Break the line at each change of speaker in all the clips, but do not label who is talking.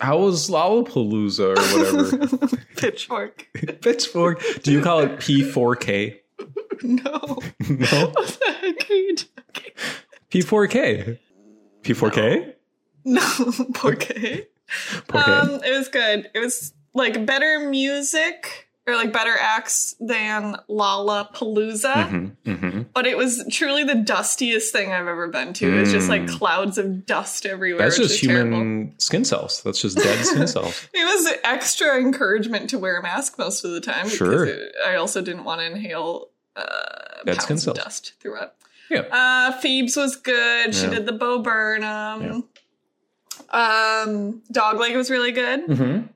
How was Lollapalooza or whatever?
Pitchfork.
Pitchfork. Do you call it P4K?
No.
No.
What the heck are you talking?
P4K. P4K?
No, Porqué.
4K.
Um, it was good. It was like better music or like better acts than Lollapalooza.
mm-hmm,
uh,
mm-hmm.
But it was truly the dustiest thing I've ever been to. It's just like
Mm.
clouds of dust everywhere.
That's
which
just
is
human
terrible.
skin cells. That's just dead skin cells.
It was extra encouragement to wear a mask most of the time. because
Sure.
it- I also didn't want to inhale uh,
Dead
pounds
skin
of
cells.
dust throughout.
Yeah.
Uh, Phoebes was good. She
Yeah.
did the Bo Burnham. Um, Dogleg was really good.
Mm-hmm.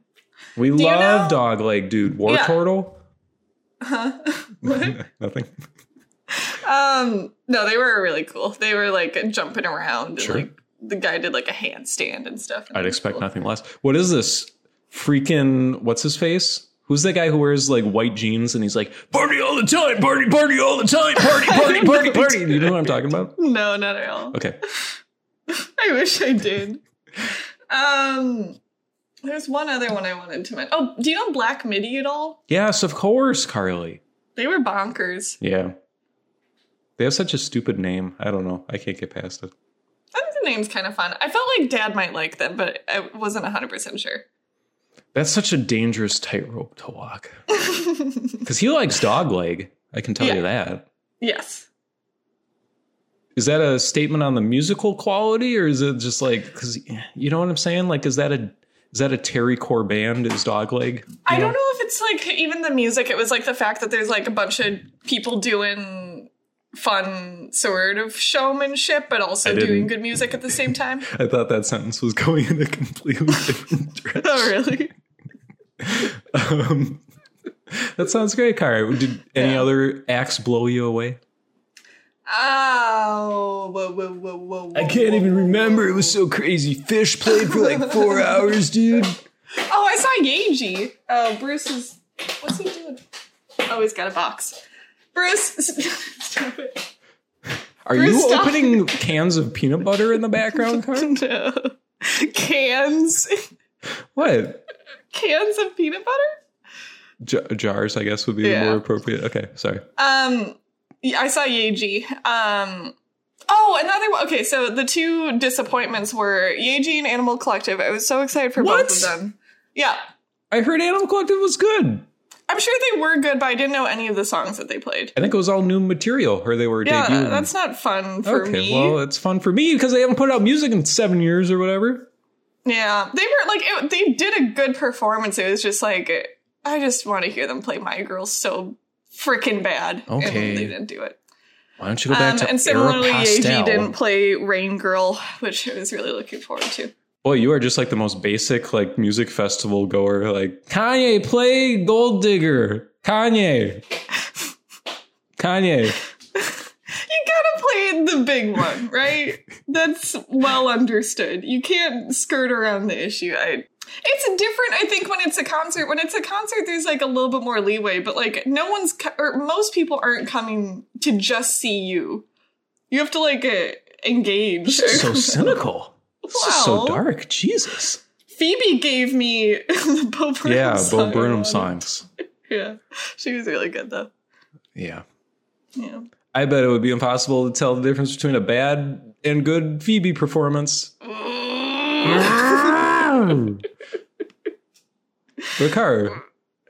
We
you
love
know-
dog leg, dude. War
Yeah. Mm-hmm.
turtle. Hmm.
Huh? What?
Nothing.
um, no, they were really cool. They were like jumping around. And,
Sure.
like, the guy did like a handstand and stuff.
I'd expect
Cool.
nothing less. What is this? Freaking what's his face? Who's that guy who wears like white jeans and he's like party all the time, party, party all the time, party, party, party, party. You know what I'm talking about?
No, not at all.
Okay.
I wish I did. Um, there's one other one I wanted to mention. Oh, do you know Black Midi at all?
Yes, of course, Carly.
They were bonkers.
Yeah. They have such a stupid name. I don't know. I can't get past it.
I think the name's kind of fun. I felt like Dad might like them, but I wasn't 100% sure.
That's such a dangerous tightrope to walk. Because he likes dog leg. I can tell
Yeah.
you that.
Yes.
Is that a statement on the musical quality, or is it just like because you know what I'm saying? Like, is that a is that a Terry Core band? Is Dogleg?
I don't know if it's like even the music. It was like the fact that there's like a bunch of people doing fun sort of showmanship, but
I
also
didn't-
doing good music at the same time.
I thought that sentence was going in a completely different direction.
oh, really?
Um, that sounds great, Kara. Did any
Yeah.
other acts blow you away?
Oh, whoa, whoa, whoa, whoa, whoa.
I can't even remember. It was so crazy. Fish played for like four hours, dude.
Oh, I saw Yeji. Oh, Bruce is. What's he doing? Oh, he's got a box. Bruce, stop it.
Are
Bruce,
you
stop.
opening cans of peanut butter in the background, Kara?
No. Cans,
What?
cans of peanut butter.
J- jars, I guess, would be
Yeah.
more appropriate. Okay, sorry.
Um, yeah, I saw Yeji. Um, oh, another one. Okay, so the two disappointments were Yeji and Animal Collective. I was so excited for
What?
both of them. Yeah,
I heard Animal Collective was good.
I'm sure they were good, but I didn't know any of the songs that they played.
I think it was all new material, or they were
Yeah,
debuting.
that's not fun for
okay,
me.
well, it's fun for me because they haven't put out music in seven years or whatever.
Yeah, they were like it, they did a good performance. It was just like I just want to hear them play My Girl so freaking bad.
Okay.
and they didn't do it.
Why don't you go back
Um,
to
and similarly,
Aeropostale?
AG didn't play Rain Girl, which I was really looking forward to.
Boy, you are just like the most basic like music festival goer. Like Kanye, play Gold Digger. Kanye, Kanye.
You gotta play the big one, right? That's well understood. You can't skirt around the issue. I. It's different, I think, when it's a concert. When it's a concert, there's like a little bit more leeway, but like no one's co- or most people aren't coming to just see you. You have to like uh, engage.
So cynical. This is so
Well.
dark. Jesus.
Phoebe gave me the Bo Burnham
Yeah,
song.
Bo Burnham songs.
Yeah, she was really good though.
Yeah.
Yeah.
I bet it would be impossible to tell the difference between a bad and good Phoebe performance. Mm. Ricard,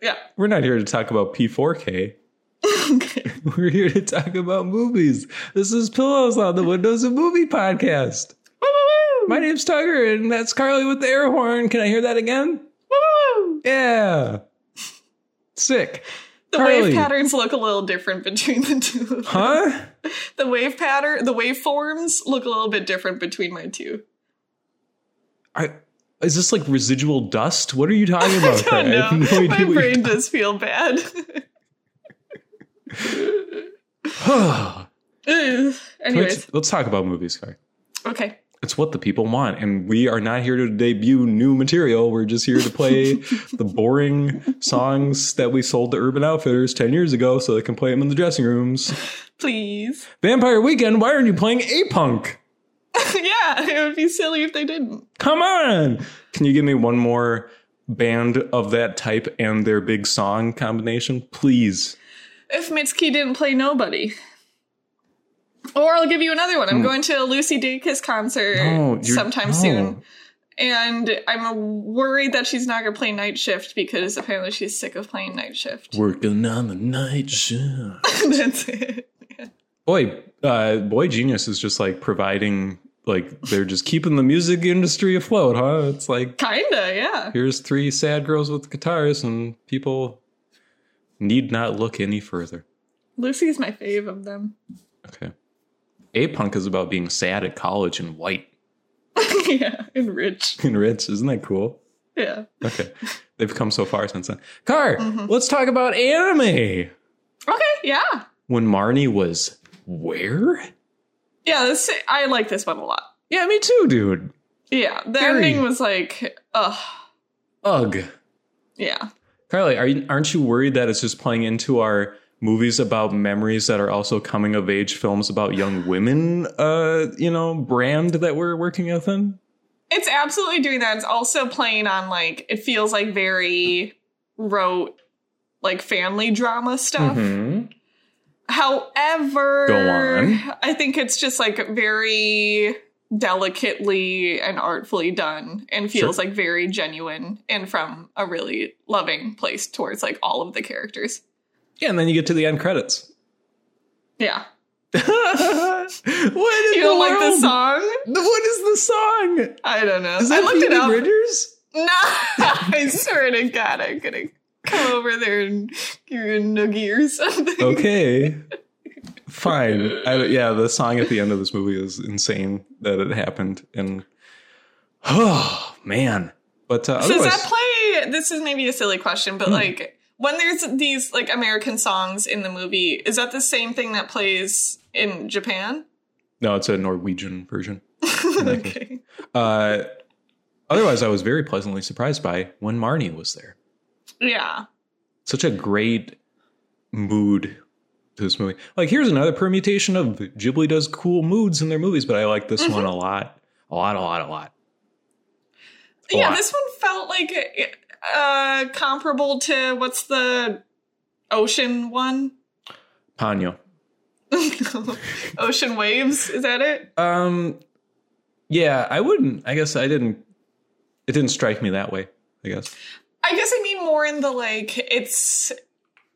Yeah.
we're not here to talk about P4K.
Okay.
We're here to talk about movies. This is Pillows on the Windows of Movie podcast.
Woo, woo, woo.
My name's Tucker, and that's Carly with the air horn. Can I hear that again?
Woo, woo, woo.
Yeah. Sick.
The
Carly.
wave patterns look a little different between the two. of them.
Huh?
The wave pattern, the waveforms look a little bit different between my two.
Are, is this like residual dust? What are you talking about?
I
Carly? have no
don't know.
idea
Oh, My
what you're
brain does feel bad. Anyways,
Let's, let's talk about movies, Carly.
okay.
It's what the people want, and we are not here to debut new material. We're just here to play the boring songs that we sold to Urban Outfitters ten years ago, so they can play them in the dressing rooms.
Please.
Vampire Weekend. Why aren't you playing A Punk?
yeah, Yeah, it would be silly if they didn't.
Come on. Can you give me one more band of that type and their big song combination, please?
If Mitski didn't play Nobody. Or I'll give you another one. I'm going to a Lucy Dacus concert
Hmm. No, you're-
sometime
no.
soon. And I'm worried that she's not going to play night shift because apparently she's sick of playing night shift.
Working on the night shift.
That's it.
boy, uh, boy genius is just like providing, like they're just keeping the music industry afloat, huh? It's like
Kinda, yeah.
here's three sad girls with guitars, and people need not look any further.
Lucy's my fave of them.
Okay, a punk is about being sad at college and white
yeah, and rich.
and rich. Isn't that cool?
Yeah.
Okay, they've come so far since then. Car, let's talk about anime.
Okay, yeah.
When Marnie was where?
Yeah, this I like this one a lot.
Yeah, me too, dude.
Yeah, the
Very.
ending was like, ugh,
Ugh.
yeah.
Carly, are you, aren't you worried that it's just playing into our movies about memories that are also coming of age films about young women, uh, you know, brand that we're working within?
It's absolutely doing that. It's also playing on like it feels like very rote, like family drama stuff.
Mm-hmm.
However,
Go on.
I think it's just like very delicately and artfully done and feels
Sure.
like very genuine and from a really loving place towards like all of the characters.
Yeah, and then you get to the end credits.
Yeah.
what is
You
the
don't like
world?
this song?
What is the song?
I don't know.
Is that
I looked it
Phoebe
up.
Bridgers?
No, I swear to God, I'm gonna come over there and give you a noogie or something.
Okay. Fine. I, yeah, the song at the end of this movie is insane that it happened. And, oh, man. But uh,
Does
otherwise,
that play? This is maybe a silly question, but like when there's these like American songs in the movie, is that the same thing that plays in Japan?
no, it's a Norwegian version.
okay.
Uh, otherwise, I was very pleasantly surprised by when Marnie was there.
Yeah.
Such a great mood to this movie. Like, here's another permutation of Ghibli does cool moods in their movies, but I like this one a lot, a lot, a lot, a lot. A
yeah,
lot.
this one felt like uh comparable to what's the ocean one?
Ponyo.
ocean waves, is that it?
Um, yeah, I wouldn't. I guess I didn't. It didn't strike me that way. I guess.
I guess I mean more in the like it's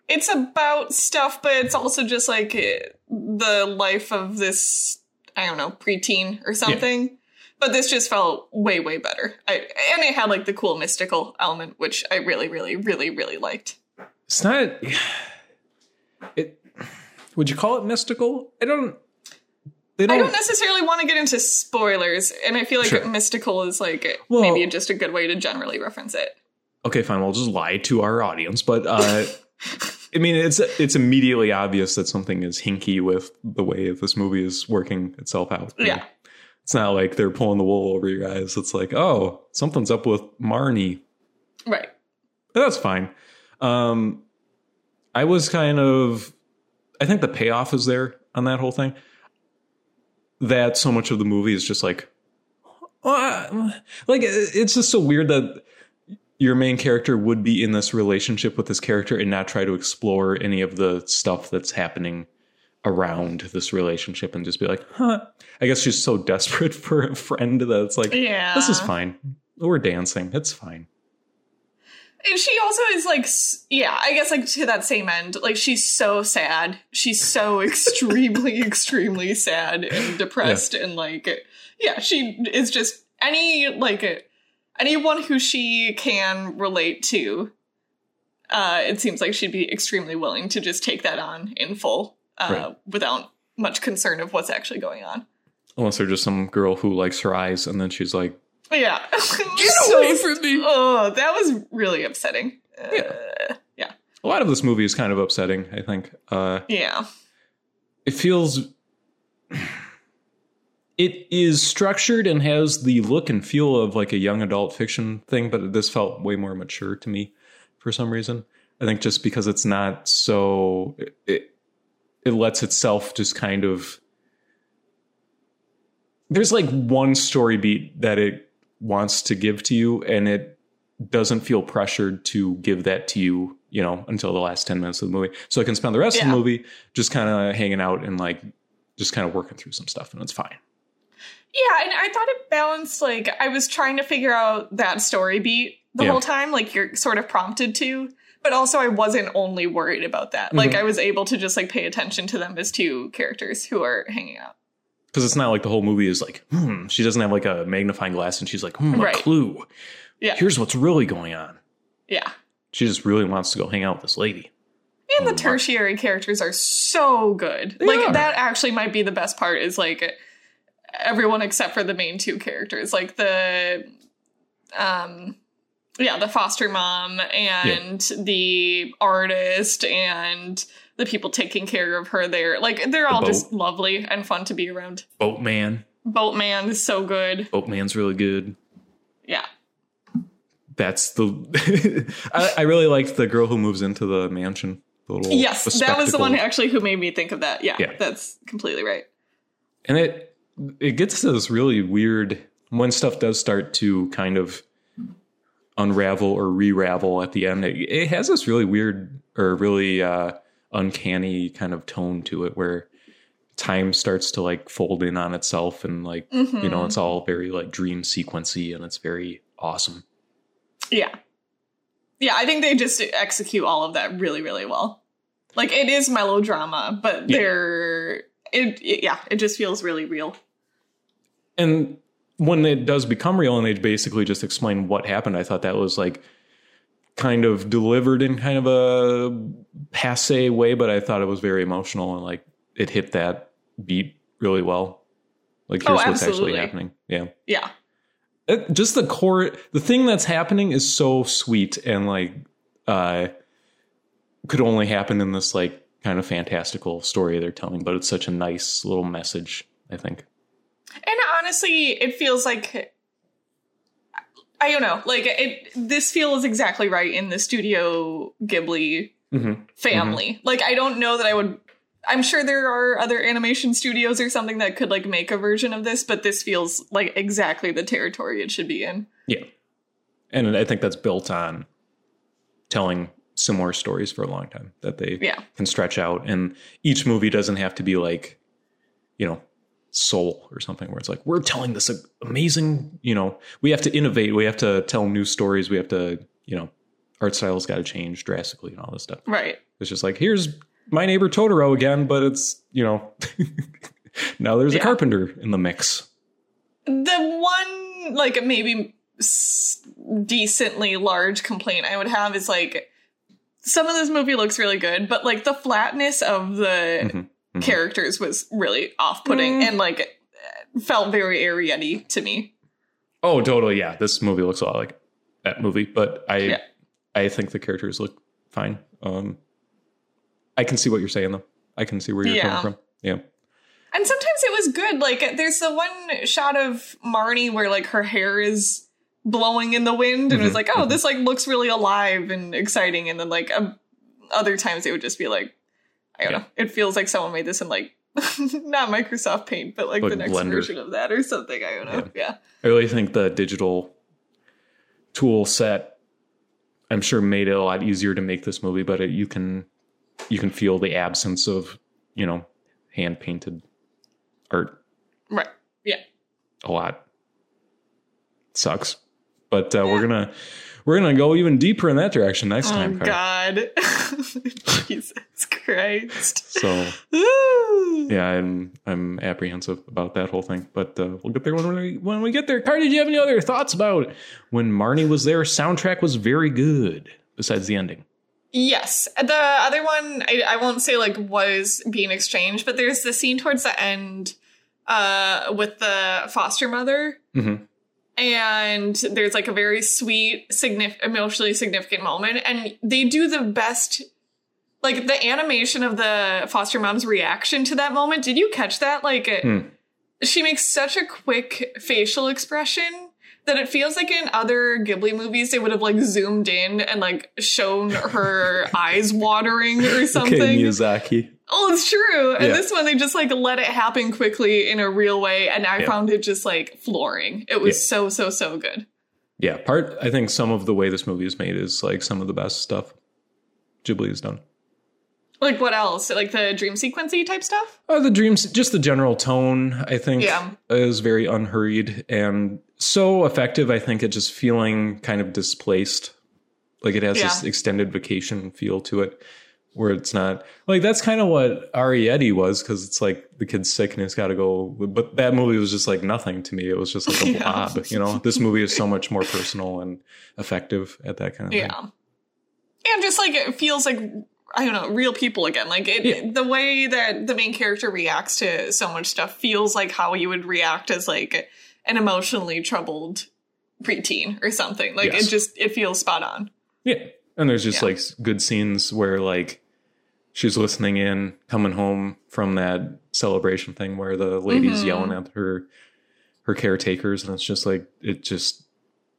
it's about stuff, but it's also just like eh, the life of this I don't know preteen or something. But this just felt way way better. I, and it had like the cool mystical element, which I really really really really liked.
It's not. It. Would you call it mystical? I don't. They
I
don't.
don't necessarily want to get into spoilers, and I feel like
Sure.
mystical is like
Well-
maybe just a good way to generally reference it.
okay, fine. We'll just lie to our audience, but. uh I mean, it's it's immediately obvious that something is hinky with the way that this movie is working itself out.
Yeah.
it's not like they're pulling the wool over your eyes. It's like, oh, something's up with Marnie.
Right.
that's fine. Um, I was kind of, I think the payoff is there on that whole thing. That so much of the movie is just like, "Ah," like it- it's just so weird that your main character would be in this relationship with this character and not try to explore any of the stuff that's happening around this relationship and just be like, huh. I guess she's so desperate for a friend that it's like,
Yeah.
this is fine. We're dancing. It's fine.
And she also is like, s- yeah, I guess like to that same end, like she's so sad. She's so extremely, extremely sad and depressed, and like, yeah, she is just any like anyone who she can relate to. Uh, it seems like she'd be extremely willing to just take that on in full, uh,
Right.
without much concern of what's actually going on.
Unless they're just some girl who likes her eyes, and then she's like,
But yeah, get
away from me.
Oh, that was really upsetting. Uh, yeah,
a lot of this movie is kind of upsetting. I think uh,
yeah.
it feels, it is structured and has the look and feel of like a young adult fiction thing, but this felt way more mature to me for some reason. I think just because it's not so, it it, it lets itself just kind of there's like one story beat that it wants to give to you and it doesn't feel pressured to give that to you you know until the last 10 minutes of the movie so i can spend the rest of
Yeah.
the movie just kind of hanging out and like just kind of working through some stuff and it's fine
Yeah, and I thought it balanced like I was trying to figure out that story beat the
Yeah.
whole time, like you're sort of prompted to. But also I wasn't only worried about that. Like
Mhm.
I was able to just like pay attention to them as two characters who are hanging out.
because it's not like the whole movie is like hmm she doesn't have like a magnifying glass and she's like hmm
Right.
a clue
Yeah.
here's what's really going on
Yeah.
she just really wants to go hang out with this lady
And the
Oh, my.
tertiary characters are so good.
They
like
are.
that actually might be the best part is like everyone except for the main two characters. Like the um yeah, the foster mom and the artist and the people taking care of her there. Like they're
The
all
boat.
just lovely and fun to be around.
boatman
Boatman is so good.
boatman's really good
Yeah.
that's the I, I really liked the girl who moves into the mansion the little,
yes,
the
that was the one
Oh, spectacle.
actually who made me think of that. Yeah,
Yeah.
that's completely right.
and it it gets to this really weird when stuff does start to kind of unravel or re-ravel at the end it, it has this really weird or really uh uncanny kind of tone to it where time starts to like fold in on itself and like you know
Mhm.
it's all very like dream sequency and it's very awesome
Yeah. Yeah, I think they just execute all of that really, really well. Like it is melodrama, but
Yeah.
they're it, it yeah, it just feels really real.
and when it does become real and they basically just explain what happened i thought that was like kind of delivered in kind of a passe way but i thought it was very emotional and like it hit that beat really well like
Oh,
here's what's actually
absolutely.
happening yeah
Yeah.
It- just the core the thing that's happening is so sweet and like uh could only happen in this like kind of fantastical story they're telling but it's such a nice little message i think
And honestly, it feels like I don't know, like it this feels exactly right in the studio Ghibli
mm-hmm.
family. Like I don't know that I would I'm sure there are other animation studios or something that could like make a version of this, but this feels like exactly the territory it should be in.
Yeah. And I think that's built on telling similar stories for a long time that they
Yeah.
can stretch out. And each movie doesn't have to be like, you know, Soul or something where it's like, we're telling this amazing, you know, we have to innovate. We have to tell new stories. We have to, you know, art style's got to change drastically and all this stuff.
Right.
It's just like, here's my neighbor Totoro again, but it's, you know, now there's a
Yeah.
carpenter in the mix.
the one like maybe s- decently large complaint i would have is like some of this movie looks really good but like the flatness of the
Mhm, mhm.
characters was really off-putting
Mm.
and like felt very Arietti to me
Oh, totally. Yeah, this movie looks a lot like that movie, but I,
Yeah.
I think the characters look fine. Um, I can see what you're saying though. I can see where you're
Yeah.
coming from. Yeah.
and sometimes it was good like there's the one shot of marnie where like her hair is blowing in the wind and it was
Mhm,
like oh this like looks really alive and exciting and then like um, other times it would just be like i don't
Yeah.
know it feels like someone made this in like not microsoft paint but like,
Like
the next
Blender.
version of that or something i don't know yeah
I really think the digital tool set, I'm sure, made it a lot easier to make this movie, but it, you can, you can feel the absence of, you know, hand painted art
right yeah
a lot. Sucks, but uh, we're gonna we're gonna go even deeper in that direction next
oh
time. Carter.
god jesus christ
So.
Ooh.
yeah, I'm I'm apprehensive about that whole thing, but uh, we'll get there when we when we get there. Cardi, do you have any other thoughts about when Marnie was there? Soundtrack was very good, besides the ending.
Yes. The other one, I, I won't say like was being exchanged, but there's the scene towards the end uh, with the foster mother.
Mhm.
And there's like a very sweet, signif- emotionally significant moment. And they do the best, like the animation of the foster mom's reaction to that moment. Did you catch that? Like,
Hmm.
she makes such a quick facial expression that it feels like in other Ghibli movies they would have like zoomed in and like shown her eyes watering or something.
Okay, Miyazaki.
Oh, it's true. And
Yeah.
this one, they just like let it happen quickly in a real way. And I
Yeah.
found it just like flooring. It was so, so, so good.
Yeah, part I think some of the way this movie is made is like some of the best stuff Ghibli has done.
Like, what else? Like the dream sequency type stuff?
Uh, the dreams, just the general tone, I think,
Yeah.
is very unhurried and so effective. I think it just feeling kind of displaced, like it has this extended vacation feel to it, where it's not like that's kind of what Arietti was because it's like the kid's sick and it's got to go. But that movie was just like nothing to me. It was just like a
Yeah.
blob, you know. This movie is so much more personal and effective at that kind of thing.
Yeah. And just like it feels like, I don't know, real people again. Like, it,
Yeah.
the way that the main character reacts to so much stuff feels like how you would react as like an emotionally troubled preteen or something. Like,
Yes.
it just, it feels spot on.
Yeah. And there's just
Yeah.
like s- good scenes where like she's listening in, coming home from that celebration thing where the lady's
Mhm.
yelling at her her caretakers and it's just like it just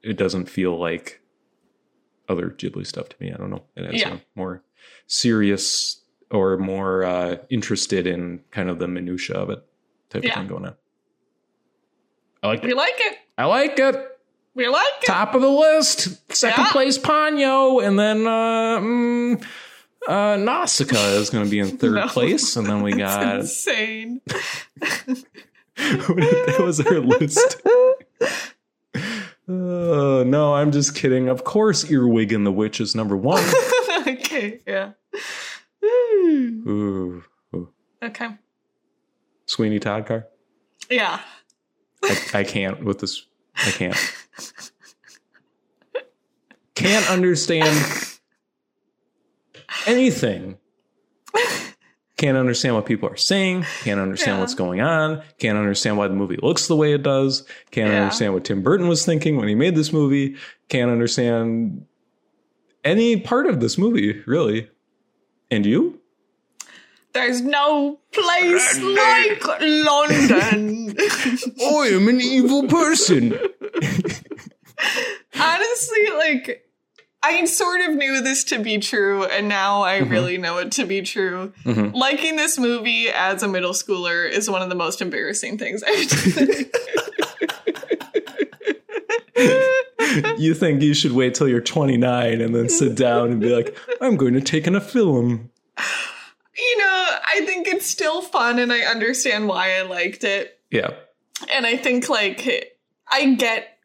it doesn't feel like other Ghibli stuff to me. I don't know. It has
Yeah.
a more serious or more uh interested in kind of the minutia of it type
Yeah.
of thing going on. I like
We like it.
I like it
We like it.
top of the list. Second
Yeah.
place, Ponyo, and then uh, mm, uh, Nausicaa is going to be in third
No.
place, and then we got
Insane.
that was our list. Uh, no, I'm just kidding. Of course, Earwig and the Witch is number one.
okay, yeah. Ooh.
Ooh,
Okay.
Sweeney Todd car.
Yeah.
I, I can't with this. I can't. Can't understand anything. Can't understand what people are saying. Can't understand
Yeah.
what's going on. Can't understand why the movie looks the way it does. Can't
Yeah.
understand what Tim Burton was thinking when he made this movie. Can't understand any part of this movie, really. And you?
There's no place like London.
I am an evil person.
Honestly, like, I sort of knew this to be true, and now I
Mhm.
really know it to be true.
Mhm.
Liking this movie as a middle schooler is one of the most embarrassing things I've done.
you think you should wait till you're 29 and then sit down and be like, I'm going to take in a film.
you know, I think it's still fun, and I understand why I liked it.
Yeah.
and I think like I get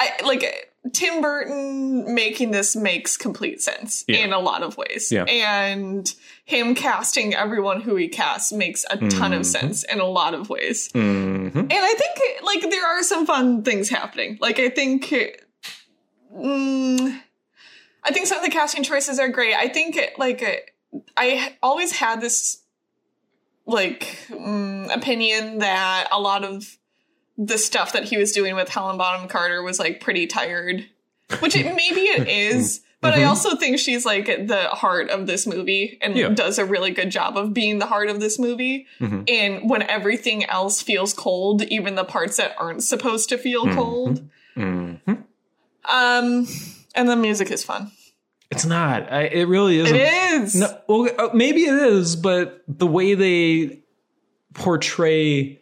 I like Tim Burton making this makes complete sense
Yeah.
in a lot of ways.
Yeah.
And him casting everyone who he casts makes a ton
Mhm.
of sense in a lot of ways.
hmm
And I think like there are some fun things happening. Like I think mm, I think some of the casting choices are great. I think like I always had this like mm, opinion that a lot of the stuff that he was doing with Helen Bonham Carter was like pretty tired, which it, maybe it is. But I
Mhm.
also think she's like the heart of this movie and
Yeah.
does a really good job of being the heart of this movie
hmm
and when everything else feels cold, even the parts that aren't supposed to feel
Mhm.
cold.
hmm
Um, and the music is fun.
It's not. I, it really isn't.
It is.
No, well, uh, maybe it is, but the way they portray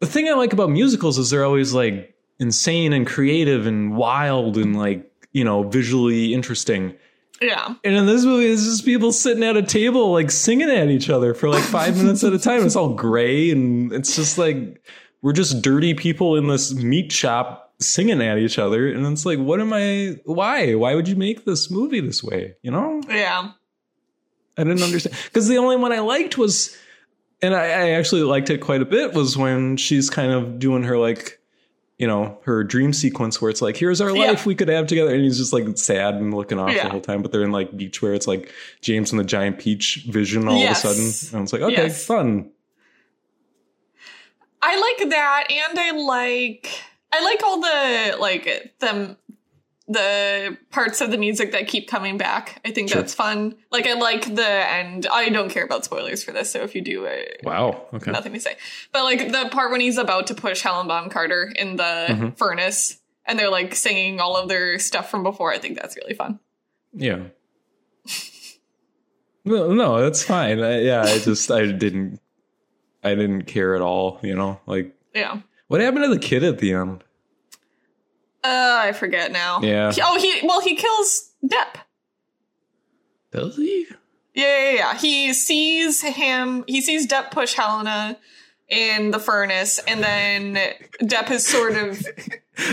the thing I like about musicals is they're always like insane and creative and wild and like you know visually interesting.
Yeah.
And in this movie, it's just people sitting at a table like singing at each other for like five minutes at a time. It's all gray and it's just like we're just dirty people in this meat shop singing at each other. And it's like, what am I? Why? Why would you make this movie this way? You know?
Yeah.
I didn't understand because the only one I liked was, and I, I actually liked it quite a bit was when she's kind of doing her like, you know, her dream sequence where it's like, here's our
Yeah.
life we could have together, and he's just like sad and looking off the
Yeah.
whole time. But they're in like beach where it's like James and the Giant Peach vision all
Yes.
of a sudden, and it's like, okay,
Yes.
fun.
I like that, and I like I like all the like the the parts of the music that keep coming back. I think
Sure.
that's fun. Like I like the end. I don't care about spoilers for this, so if you do, I,
Wow. Okay.
nothing to say. But like the part when he's about to push Helen Baum Carter in the
Mhm.
furnace, and they're like singing all of their stuff from before. I think that's really fun.
Yeah. No, no, that's fine. I, yeah, I just I didn't I didn't care at all, you know? Like
Yeah.
what happened to the kid at the end?
Uh, I forget now.
Yeah.
He- oh, he well he kills Depp.
Does he?
Yeah, yeah, yeah. He sees him. He sees Depp push Helena in the furnace, and then Depp is sort of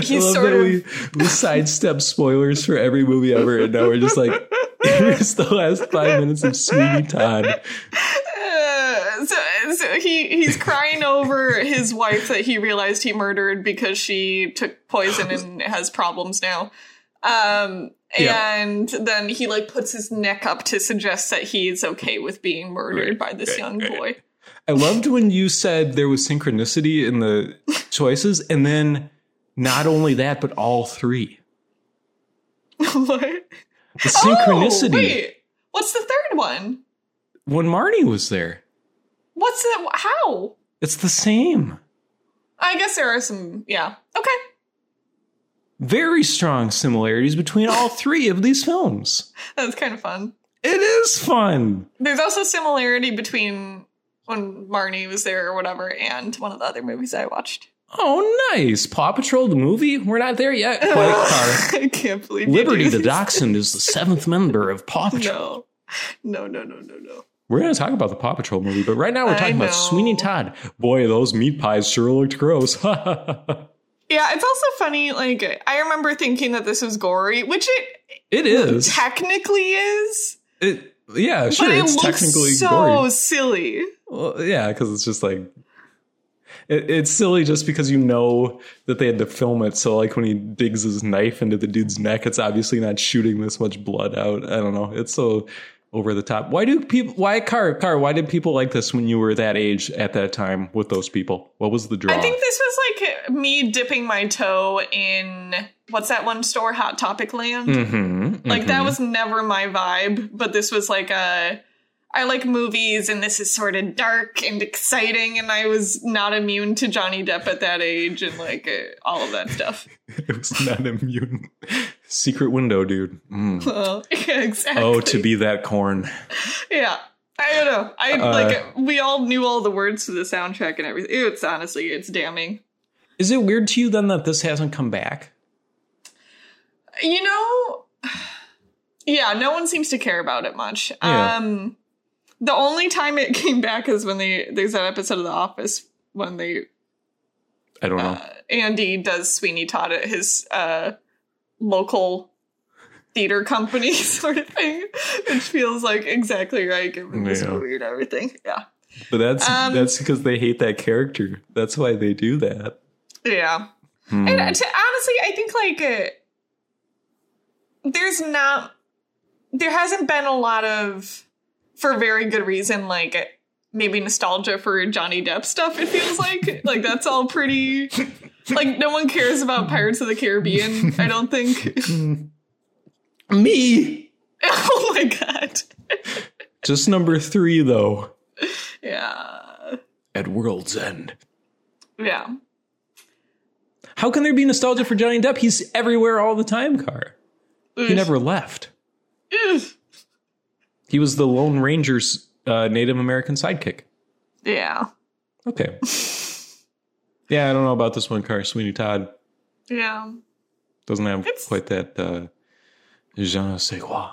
he's sort of
we, we sidestep spoilers for every movie ever and now we're just like here's the last five minutes of Sweeney Todd.
Uh, so, so he he's crying over his wife that he realized he murdered because she took poison and has problems now. Um,
Yeah.
and then he like puts his neck up to suggest that he's okay with being murdered by this young boy.
I loved when you said there was synchronicity in the choices, and then not only that, but all three.
what?
The
Oh,
synchronicity
wait. What's the third one?
when Marty was there.
What's the how?
It's the same.
I guess there are some. Yeah. Okay.
Very strong similarities between all three of these films.
That's kind of fun.
It is fun.
There's also similarity between when Marnie was there or whatever and one of the other movies I watched.
Oh, nice. Paw Patrol, the movie. We're not there yet. Quiet car.
I can't believe you
Liberty
do
the
these.
Dachshund is the seventh member of Paw Patrol.
No, no, no, no, no, no.
We're going to talk about the Paw Patrol movie, but right now we're
I
talking about
know.
Sweeney Todd. Boy, those meat pies sure looked gross. it
Yeah, it's also funny. Like I remember thinking that this was gory, which it
is.
technically is,
It, yeah, sure.
but it
it's
looks
technically
so
gory.
silly.
Well, yeah, because it's just like it, it's silly just because you know that they had to film it. So like when he digs his knife into the dude's neck, it's obviously not shooting this much blood out. I don't know. It's so over the top. Why do people? Why car car? Why did people like this when you were that age at that time with those people? What was the draw?
I think this was like me dipping my toe in what's that one store, Hot Topic Land.
Mhm,
Like that
mhm.
was never my vibe, but this was like a I like movies and this is sort of dark and exciting and I was not immune to Johnny Depp at that age and like uh, all of that stuff.
it was not immune. Secret window, dude. Mm.
Well, yeah, exactly.
Oh, to be that corn.
Yeah. I don't know. I
Uh,
like we all knew all the words to the soundtrack and everything. It's honestly it's damning.
Is it weird to you then that this hasn't come back?
You know, yeah, no one seems to care about it much.
Yeah.
Um the only time it came back is when they there's that episode of The Office when they
I don't know.
uh, Andy does Sweeney Todd at his uh, local theater company sort of thing, which feels like exactly right given this
Yeah.
movie and everything. Yeah,
But that's
Um,
that's because they hate that character. That's why they do that.
yeah.
Hmm.
And uh, to, honestly, I think like uh, there's not, there hasn't been a lot of, for very good reason, like uh, maybe nostalgia for Johnny Depp stuff. It feels like like that's all pretty. Like no one cares about Pirates of the Caribbean, I don't think.
Me.
Oh my god.
Just number three though.
Yeah.
At world's end.
Yeah.
How can there be nostalgia for Johnny Depp? He's everywhere all the time, Car. He
Oof.
never left.
Oof.
He was the Lone Ranger's uh, Native American sidekick.
Yeah.
Okay. yeah, I don't know about this one, Car. Sweeney Todd
Yeah.
doesn't have
It's-
quite that uh, je ne sais quoi.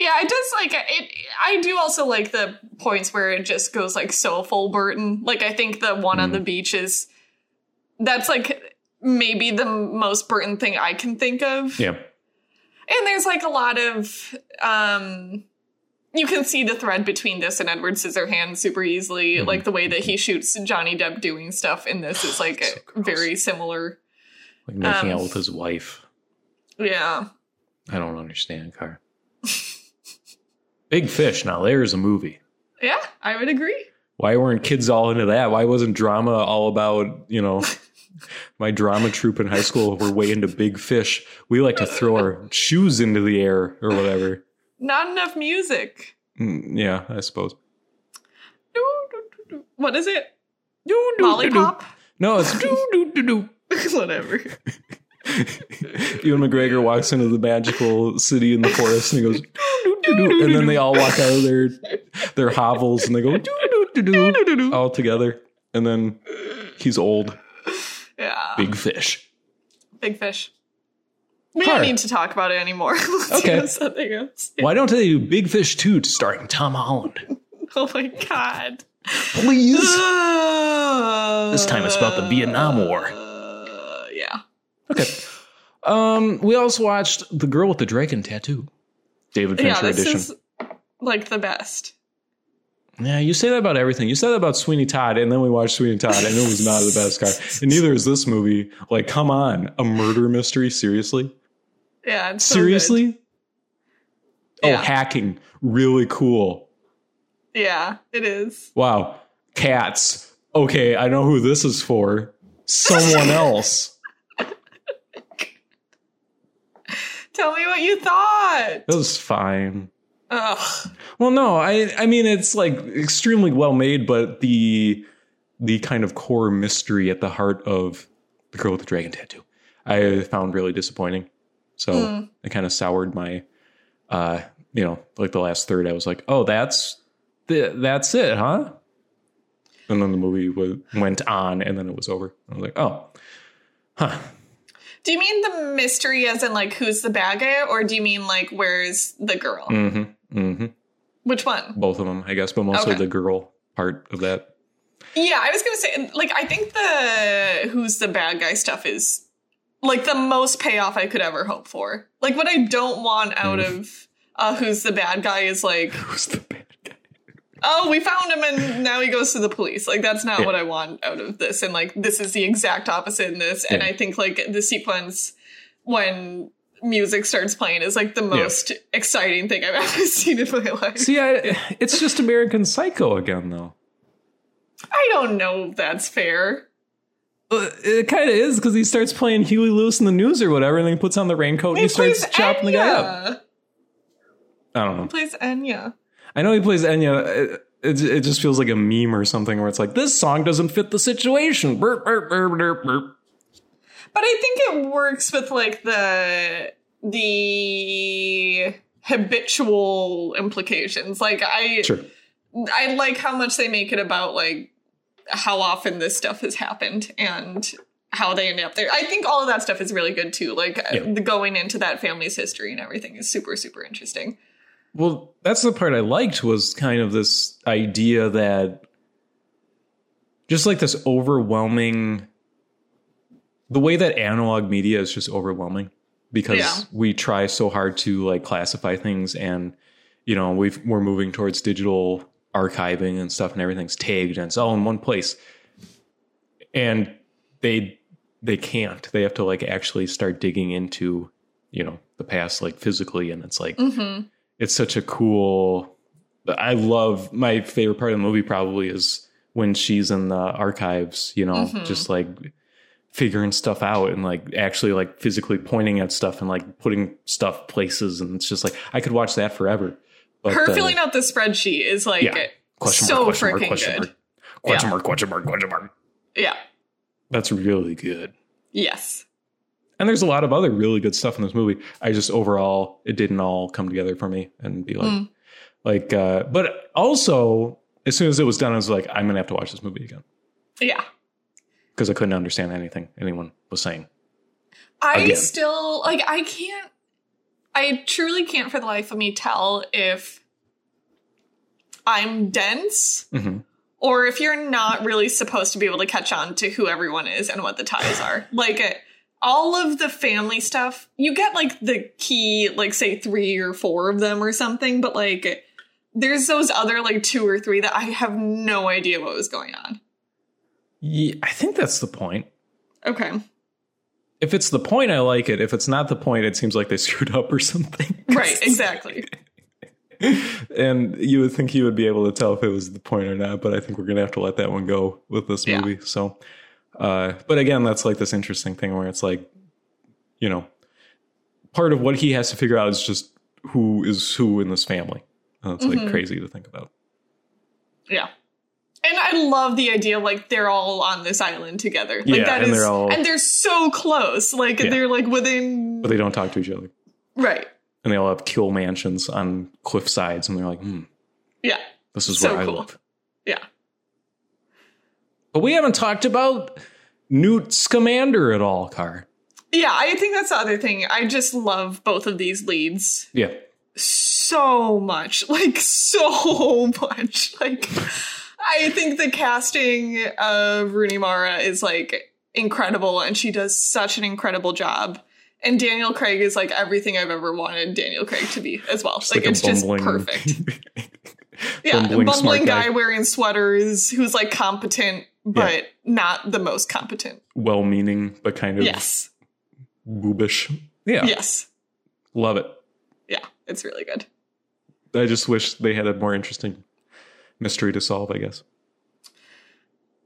Yeah, it does like it I do also like the points where it just goes like so full Burton. Like I think the one on
Mm.
the beach is that's like maybe the most Burton thing I can think of.
Yeah.
And there's like a lot of um you can see the thread between this and Edward Scissorhands super easily.
Mhm.
Like the way that he shoots Johnny Depp doing stuff in this is like
So gross.
very similar.
Like making
Um,
out with his wife.
Yeah.
I don't understand, Car. Big Fish. Now there's a movie.
Yeah, I would agree.
Why weren't kids all into that? Why wasn't drama all about you know my drama troupe in high school were way into big fish. We like to throw our shoes into the air or whatever.
Not enough music.
Mm, yeah, I suppose.
Doo, doo, doo, doo. What is it? Lollipop?
No, it's do do do do.
Whatever.
Ewan McGregor walks into the magical city in the forest and he goes, "Doo, doo, doo, doo," and then they all walk out of their their hovels and they go "Doo, doo, doo, doo," all together. And then he's old,
Yeah.
big fish.
Big fish. We
Car.
don't need to talk about it anymore. Let's
Okay.
do something else.
Why don't they do Big Fish 2 starring Tom Holland?
Oh my god.
Please.
this
time it's about the Vietnam War.
Uh, yeah.
Okay. Um, we also watched The Girl with the Dragon Tattoo. David Fincher
yeah, this
edition.
is like the best.
Yeah, you say that about everything. You said that about Sweeney Todd, and then we watched Sweeney Todd, and it was not the best car. And neither is this movie. Like, come on, a murder mystery? Seriously?
Yeah. It's so good.
Seriously? Oh,
Yeah.
hacking. Really cool.
Yeah, it is.
Wow. Cats. Okay, I know who this is for. Someone else.
Tell me what you thought.
That was fine. Uh,
Ugh.
Well, no, I I mean it's like extremely well made, but the the kind of core mystery at the heart of the girl with the dragon tattoo, I found really disappointing. So
Mm.
it kind of soured my, uh, you know, like the last third. I was like, oh, that's the that's it, huh? And then the movie was, went on, and then it was over. I was like, oh, huh?
Do you mean the mystery as in like who's the bad guy, or do you mean like where's the girl?
Mm-hmm, mm-hmm.
Which one?
Both of them, I guess, but mostly
Okay.
the girl part of that.
Yeah, I was gonna say like I think the who's the bad guy stuff is like the most payoff I could ever hope for. Like what I don't want out of uh, who's the bad guy is like,
Who's the bad guy?
oh, we found him and now he goes to the police. Like that's not
Yeah.
what I want out of this. And like this is the exact opposite in this. And
Yeah.
I think like the sequence when music starts playing is like the most exciting thing I've ever seen in my life.
See, I, it's just American Psycho again, though.
I don't know if that's fair.
Uh, It kind of is because he starts playing Huey Lewis in the news or whatever, and then he puts on the raincoat and he starts chopping the guy up. I don't know.
Plays Enya.
I know he plays Enya. It, it, it just feels like a meme or something where it's like this song doesn't fit the situation. Burp, burp, burp, burp, burp.
But I think it works with like the the habitual implications. Like I
Sure.
I like how much they make it about like how often this stuff has happened and how they end up there. I think all of that stuff is really good too. Like uh,
Yeah.
the going into that family's history and everything is super super interesting.
Well, that's the part I liked was kind of this idea that just like this overwhelming the way that analog media is just overwhelming because
Yeah.
we try so hard to like classify things and you know we've we're moving towards digital archiving and stuff and everything's tagged and it's all in one place and they they can't they have to like actually start digging into you know the past like physically and it's like
hmm
it's such a cool i love my favorite part of the movie probably is when she's in the archives you know
Mhm.
just like figuring stuff out and like actually like physically pointing at stuff and like putting stuff places and it's just like i could watch that forever but
Her
uh,
filling out the spreadsheet is like
Yeah. question
so
mark, question
freaking
mark, question mark
good.
question mark question mark question mark
yeah.
that's really good
Yes.
and there's a lot of other really good stuff in this movie. I just overall it didn't all come together for me and be like
Mm.
like uh but also as soon as it was done I was like I'm going to have to watch this movie again
Yeah.
because I couldn't understand anything anyone was saying.
I
again.
still like I can't I truly can't for the life of me tell if I'm dense
Mhm.
or if you're not really supposed to be able to catch on to who everyone is and what the ties are. Like uh, all of the family stuff, you get like the key like say 3 or 4 of them or something, but like there's those other like 2 or 3 that I have no idea what was going on.
Yeah, I think that's the point.
Okay.
If it's the point I like it. If it's not the point it seems like they screwed up or something.
Right, exactly.
and you would think you would be able to tell if it was the point or not, but I think we're going to have to let that one go with this
Yeah.
movie. So Uh, but again, that's like this interesting thing where it's like, you know, part of what he has to figure out is just who is who in this family. And it's like
Mhm.
crazy to think about.
Yeah. And I love the idea, like they're all on this island together. Like
Yeah,
that
and
is-
they're all-
and they're so close. Like
Yeah.
they're like within
But they don't talk to each other.
right.
And they all have kill mansions on cliff sides. And they're like, hmm,
Yeah.
this is
So
where
cool.
I live.
Yeah.
But we haven't talked about Newt Scamander at all, Car.
Yeah, I think that's the other thing. I just love both of these leads
Yeah.
so much. Like so much. Like I think the casting of Rooney Mara is like incredible and she does such an incredible job. And Daniel Craig is like everything I've ever wanted Daniel Craig to be as well. like
a
it's just
bumbling-
perfect. yeah,
bumbling,
bumbling,
smart
guy.
guy.
wearing sweaters who's like competent but not the most competent.
Well meaning, but kind of
Yes.
boobish. Yeah.
Yes.
Love it.
Yeah, it's really good.
I just wish they had a more interesting mystery to solve, I guess.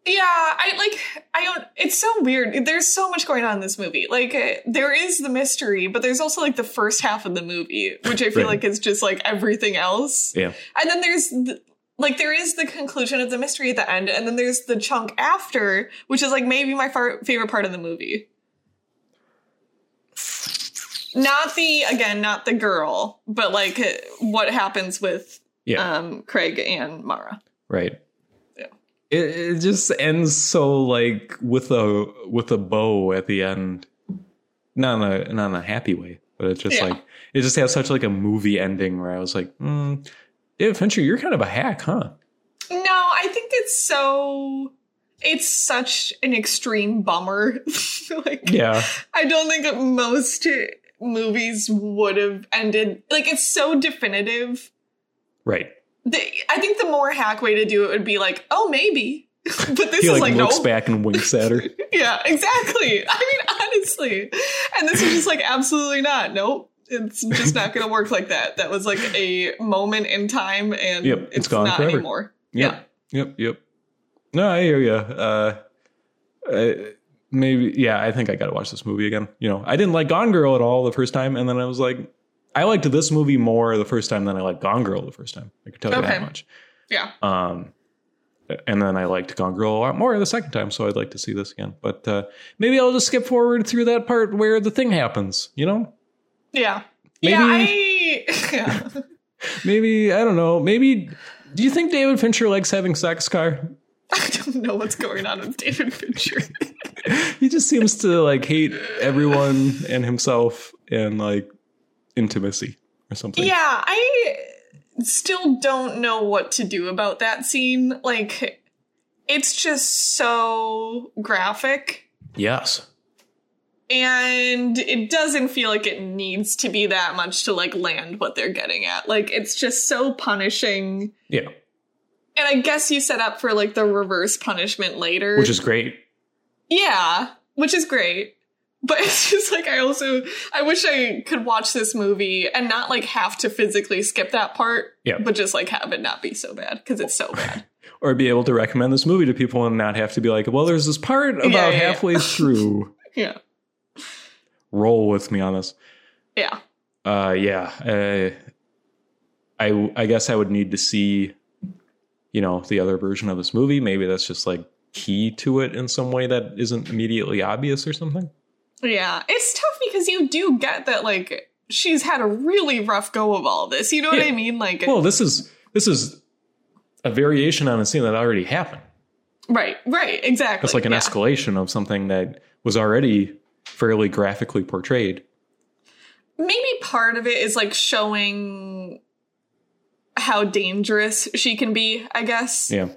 Yeah, I like I don't it's so weird. There's so much going on in this movie. Like uh, there is the mystery, but there's also like the first half of the movie, which I feel
Right.
like is just like everything else.
Yeah.
And then there's the, like there is the conclusion of the mystery at the end, and then there's the chunk after, which is like maybe my far- favorite part of the movie. Not the again, not the girl, but like uh, what happens with
Yeah.
um Craig and Mara.
Right.
Yeah.
It, it just ends so like with a with a bow at the end, not in a not in a happy way, but it's just
Yeah.
like it just has such like a movie ending where I was like, mm, David Fincher, you're kind of a hack, huh?
No, I think it's so it's such an extreme bummer. like
Yeah,
I don't think most movies would have ended like it's so definitive
right.
the, I think the more hack way to do it would be like, oh, maybe. but this
he
is
like,
like,
looks
no.
back and winks at her.
Yeah, exactly. I mean, honestly. And this is just like, absolutely not. Nope. It's just not going to work like that. That was like a moment in time and
Yep, it's
it's,
gone
not
forever.
anymore. Yeah.
Yep. Yep. Yep. No, I hear you. Uh, I- maybe. Yeah, I think I got to watch this movie again. You know, I didn't like Gone Girl at all the first time, and then I was like, I liked this movie more the first time than I liked Gone Girl the first time. I could tell you
Okay.
that much.
Yeah.
Um, and then I liked Gone Girl a lot more the second time, so I'd like to see this again. But uh, maybe I'll just skip forward through that part where the thing happens. You know,
Yeah.
Maybe-
Yeah. I, yeah.
maybe I don't know. Maybe do you think David Fincher likes having sex? Car
I don't know what's going on with David Fincher.
he just seems to like hate everyone and himself and like intimacy or something.
Yeah, I still don't know what to do about that scene. Like, it's just so graphic.
Yes.
And it doesn't feel like it needs to be that much to like land what they're getting at. Like it's just so punishing.
Yeah.
And I guess you set up for like the reverse punishment later.
Which is great.
Yeah, which is great. But it's just like I also I wish I could watch this movie and not like have to physically skip that part.
Yeah.
But just like have it not be so bad because it's so bad.
Or be able to recommend this movie to people and not have to be like, well, there's this part about
yeah, yeah.
halfway through.
yeah.
Roll with me on this.
Yeah.
Uh, yeah. Uh, I I guess I would need to see, you know, the other version of this movie. Maybe that's just like key to it in some way that isn't immediately obvious or something.
Yeah. It's tough because you do get that like she's had a really rough go of all this. You know what
Yeah.
I mean? Like
Well, this is this is a variation on a scene that already happened.
Right, right, exactly.
It's like an
yeah.
escalation of something that was already fairly graphically portrayed.
Maybe part of it is like showing how dangerous she can be, I guess,
Yeah.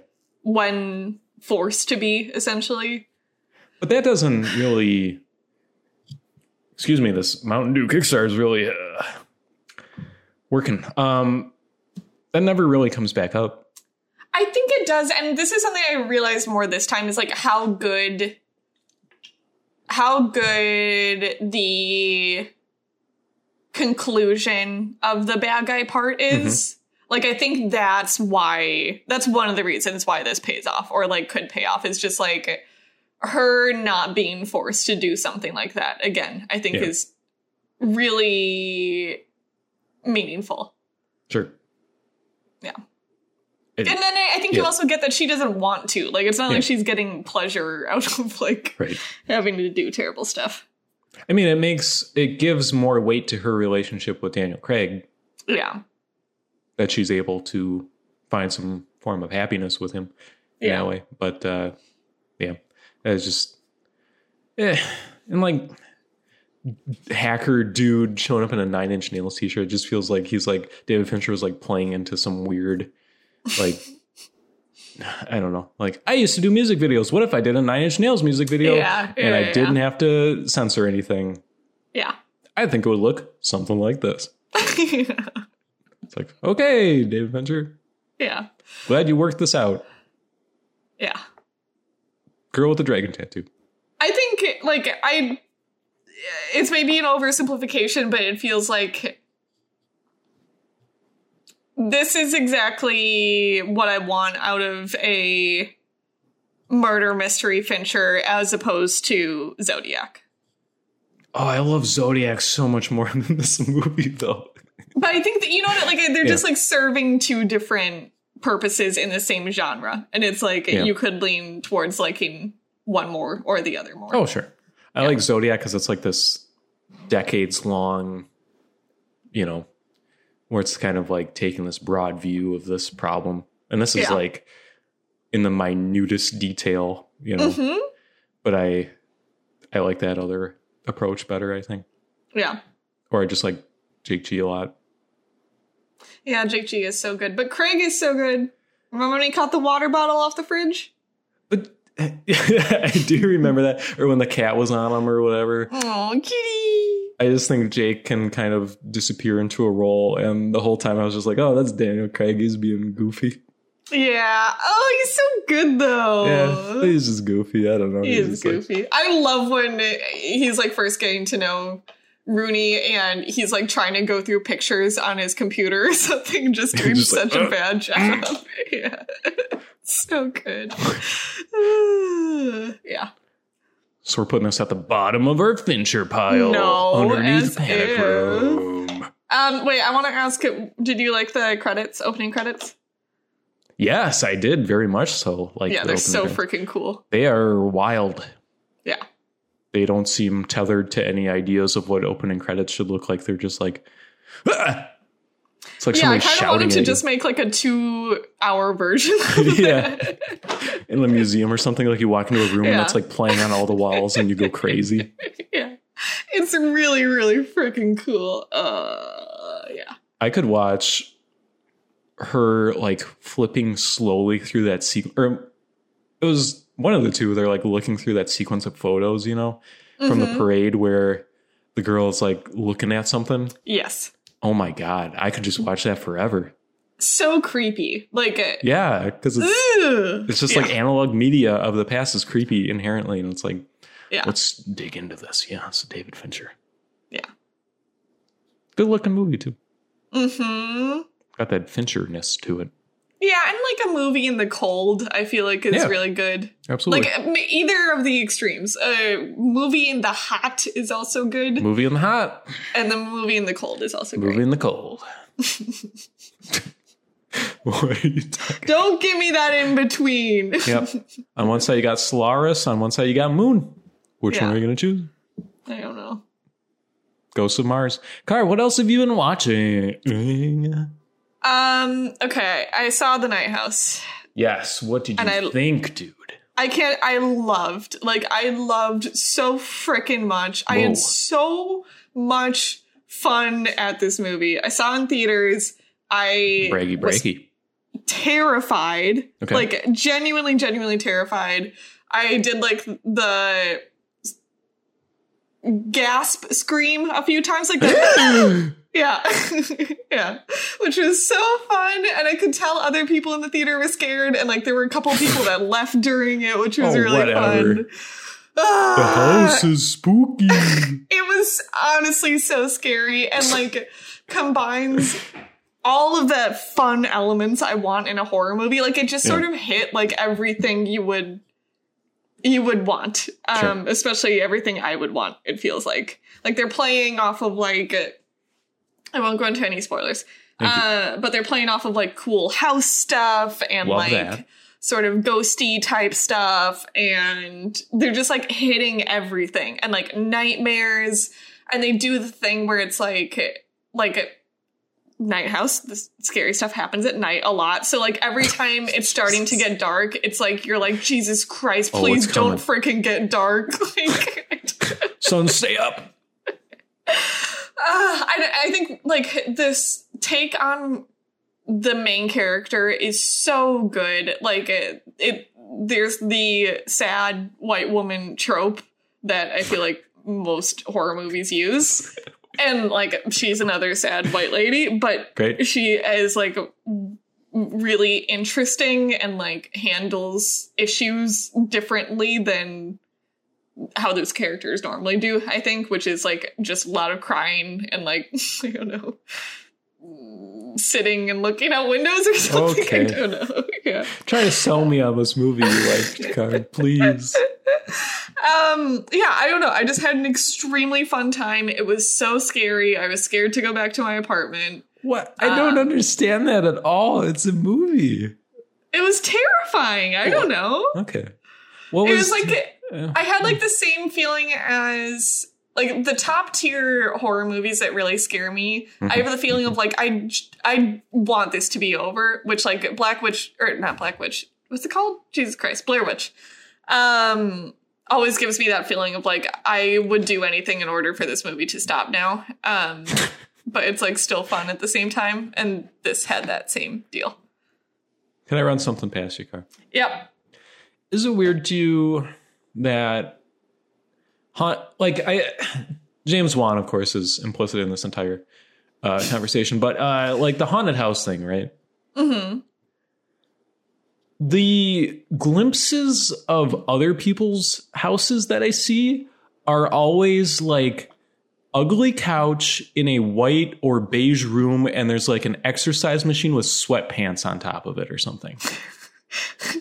when forced to be, essentially.
But that doesn't really Excuse me, this Mountain Dew Kickstarter is really uh, working. Um that never really comes back up.
I think it does, and this is something I realized more this time is like how good how good the conclusion of the bad guy part is. Like I think that's why that's one of the reasons why this pays off or like could pay off is just like her not being forced to do something like that again, I think
Yeah.
is really meaningful.
Sure.
Yeah.
It-
And then I, I think you
Yeah.
also get that she doesn't want to. Like it's not
Yeah.
like she's getting pleasure out of like
right.
having to do terrible stuff.
I mean, it makes it gives more weight to her relationship with Daniel Craig
Yeah.
that she's able to find some form of happiness with him in
Yeah.
that way. But uh, yeah, it's just eh. and like hacker dude showing up in a Nine Inch Nails t-shirt. It just feels like he's like David Fincher was like playing into some weird like. I don't know. Like I used to do music videos. What if I did a Nine Inch Nails music video
Yeah,
and
yeah,
I
yeah.
didn't have to censor anything?
Yeah.
I think it would look something like this. It's like, okay, David Venture,
yeah.
glad you worked this out.
Yeah.
Girl with the dragon tattoo.
I think like I it's maybe an oversimplification, but it feels like this is exactly what I want out of a murder mystery Fincher as opposed to Zodiac.
Oh, I love Zodiac so much more than this movie, though.
But I think that you know what like they're
Yeah.
just like serving two different purposes in the same genre. And it's like
Yeah.
you could lean towards liking one more or the other more.
Oh, sure. I like Zodiac because it's like this decades long, you know, where it's kind of like taking this broad view of this problem. And this is
Yeah.
like in the minutest detail, you know.
hmm
But I I like that other approach better, I think.
Yeah.
Or I just like Jake G a lot.
Yeah, Jake G is so good, but Craig is so good. Remember when he caught the water bottle off the fridge?
But I do remember that, or when the cat was on him, or whatever.
Oh, kitty!
I just think Jake can kind of disappear into a role, and the whole time I was just like, "Oh, that's Daniel Craig. He's being goofy.
Yeah. Oh, he's so good
Yeah,
though.
he's just goofy. I don't know.
he
He's
is
just like-
goofy. I love when he's like first getting to know Rooney, and he's like trying to go through pictures on his computer or something, just doing
Just like,
such
"Uh."
a bad job. yeah, so good. yeah.
so we're putting us at the bottom of our Fincher pile,
No,
underneath
as
Panic
if.
Room.
Um, wait, I want to ask: Did you like the credits, opening credits?
Yes, I did very much so. Like,
yeah,
the
they're
opening
so
thing.
freaking cool.
they are wild.
Yeah.
They don't seem tethered to any ideas of what opening credits should look like. They're just like, "Ah!" it's like somebody
yeah, I kind of
shouting
wanted
at
to
you
just make like a two hour version. Of
Yeah.
that.
in a museum or something. Like you walk into a room and
Yeah.
it's like playing on all the walls and you go crazy.
yeah. It's really, really freaking cool. Uh, yeah.
I could watch her like flipping slowly through that sequence. Or it was one of the two. They're like looking through that sequence of photos, you know, from the
Mhm.
parade where the girl's like looking at something.
yes.
Oh my God. I could just watch that forever.
So creepy. Like, uh,
Yeah. Cause it's.
ugh.
It's just
yeah.
like analog media of the past is creepy inherently, and it's like,
Yeah.
let's dig into this. Yeah, it's David Fincher.
Yeah.
good looking movie too.
Mm-hmm.
Got that Fincherness to it.
Yeah, and like a movie in the cold, I feel like is
Yeah.
really good.
Absolutely.
Like m- either of the extremes. A movie in the hot is also good,
movie in the hot,
and the movie in the cold is also
movie
great.
in the cold. what are you talking?
Don't give me that in between.
Yep. On one side you got Solaris, on one side you got Moon. Which
Yeah.
one are you going to choose?
I don't know.
Ghosts of Mars. Car, what else have you been watching?
Um. Okay. I saw the Night House.
Yes. What did you
And I-
think, dude?
I can't. I loved. Like I loved so freaking much. I
Whoa.
had so much fun at this movie. I saw it in theaters. I
Braggy,
was
braggy.
terrified.
Okay.
Like genuinely, genuinely terrified. I did like the gasp scream a few times, like Yeah. yeah. Which was so fun. And I could tell other people in the theater were scared. And like there were a couple people that left during it, which was
Oh,
really
whatever.
fun.
The
Ah,
house is spooky.
It was honestly so scary and like combines all of the fun elements I want in a horror movie. Like it just sort of hit like everything you would you would want um especially everything i would want it feels like like they're playing off of like i won't go into any spoilers
Thank you.
uh but they're playing off of like cool house stuff and
Love
like
that.
sort of ghosty type stuff and they're just like hitting everything and like nightmares and they do the thing where it's like like at night house this scary stuff happens at night a lot so like every time it's starting to get dark it's like you're like jesus christ
Oh,
please
it's
don't freaking get dark like
Son, stay up.
Uh, I, I think like this take on the main character is so good. Like it, it there's the sad white woman trope that I feel like most horror movies use, and like she's another sad white lady, but
Great.
she is like really interesting and like handles issues differently than how those characters normally do i think which is like just a lot of crying and like i don't know sitting and looking out windows or something i
Okay.
don't know yeah
Try to sell me on this movie you liked, Karen. Please.
um yeah i don't know i just had an extremely fun time it was so scary i was scared to go back to my apartment
What? I don't
Uh,
understand that at all. It's a movie.
it was terrifying i don't know
Okay. What
it
was,
was like
uh,
I had like the same feeling as like the top tier horror movies that really scare me. I have the feeling of like I j- I want this to be over, which like Black Witch or not Black Witch. What's it called? Jesus Christ, Blair Witch. Um always gives me that feeling of like I would do anything in order for this movie to stop now. Um but it's like still fun at the same time and this had that same deal.
Can I run something past you, Karen?
Yep.
is it weird to you that haunt like i james wan of course is implicit in this entire uh, conversation but uh, like the haunted house thing right
Mhm.
the glimpses of other people's houses that i see are always like ugly couch in a white or beige room and there's like an exercise machine with sweatpants on top of it or something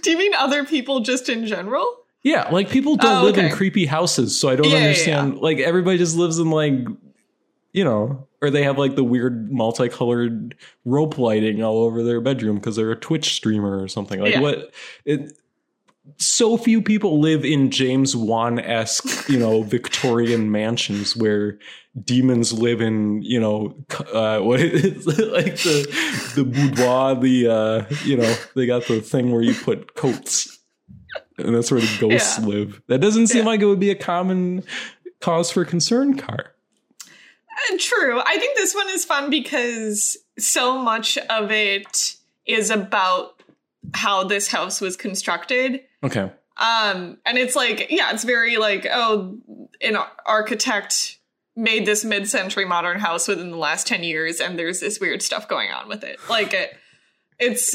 Do you mean other people just in general?
Yeah, like people don't
Oh,
live in
okay.
creepy houses, so I don't
Yeah, yeah,
understand. Like everybody just lives in like, you know, or they have like the weird multicolored rope lighting all over their bedroom because they're a Twitch streamer or something. Like
Yeah.
what? It, so few people live in James Wan esque, you know, Victorian mansions where demons live in, you know, c- uh, what is it? like the the boudoir, the uh, you know, they got the thing where you put coats and that's where the ghosts
Yeah.
live. That doesn't seem
Yeah.
like it would be a common cause for concern, car.
Uh, True. I think this one is fun because so much of it is about how this house was constructed.
Okay.
Um, and it's like, yeah, it's very like, oh, an ar- architect made this mid century modern house within the last 10 years, and there's this weird stuff going on with it. Like, it, it's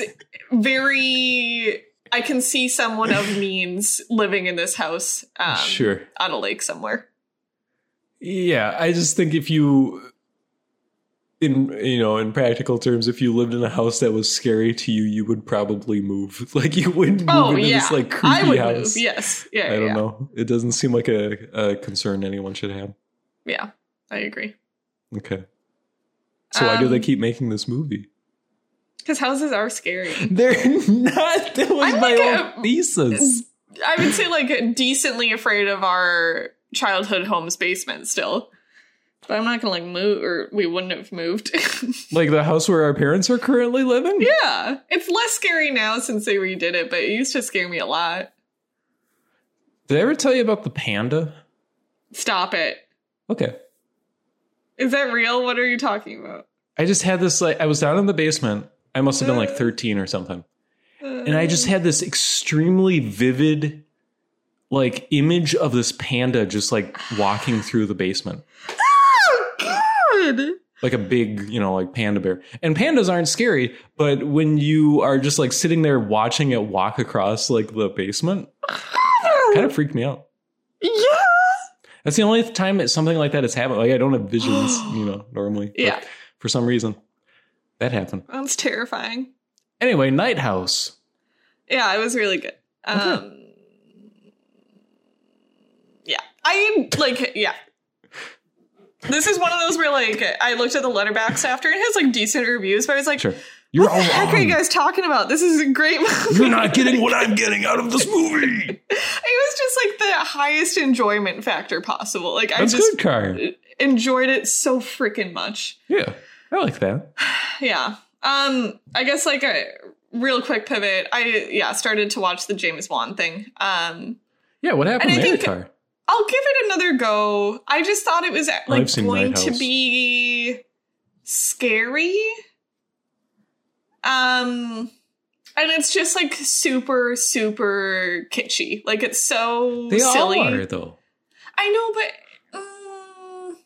very. I can see someone of means living in this house um,
sure.
on a lake somewhere.
Yeah, I just think if you in you know, in practical terms, if you lived in a house that was scary to you, you would probably move. Like you wouldn't move
Oh,
into
yeah.
this like creepy
I would
house.
move. Yes. Yeah.
I
yeah,
don't
yeah.
know. It doesn't seem like a, a concern anyone should have.
Yeah, I agree.
Okay. So why do they keep making this movie?
Because houses are scary.
They're not. That was
I'm
my
like
own
a-
thesis.
I would say like decently afraid of our childhood home's basement still. But I'm not gonna like move, or we wouldn't have moved.
Like the house where our parents are currently living?
yeah, it's less scary now since they redid it, but it used to scare me a lot.
Did I ever tell you about the panda?
Stop it.
Okay.
Is that real? What are you talking about?
I just had this like I was down in the basement. I must have been like 13 or something.
Ah,
And I just had this extremely vivid like image of this panda just like walking through the basement.
Oh god!
Like a big, you know, like panda bear. And pandas aren't scary, but when you are just like sitting there watching it walk across like the basement, kind of freaked me out.
Yeah.
That's the only time that something like that has happened. Like I don't have visions, you know, normally. but
Yeah,
For some reason, that happened.
that's terrifying.
Anyway, Night House.
Yeah, it was really good. Um, I like yeah. This is one of those where like I looked at the letterbox after and it has like decent reviews, but I was like,
Sure. Oh, um, You're
what
all
the heck are
wrong.
you guys talking about? This is a great movie.
You're not getting what I'm getting out of this movie.
It was just like the highest enjoyment factor possible. Like
That's
I just
good, Car.
enjoyed it so freaking much.
Yeah, I like that.
Yeah. Um I guess like a real quick pivot. I yeah, started to watch the James Bond thing. Um
Yeah, what happened
And I
there,
think-
Car?
I'll give it another go. I just thought it was like
I've seen
going to
Lighthouse.
be scary. Um and it's just like super super kitschy. Like it's so
They
silly.
all are though.
I know, but um,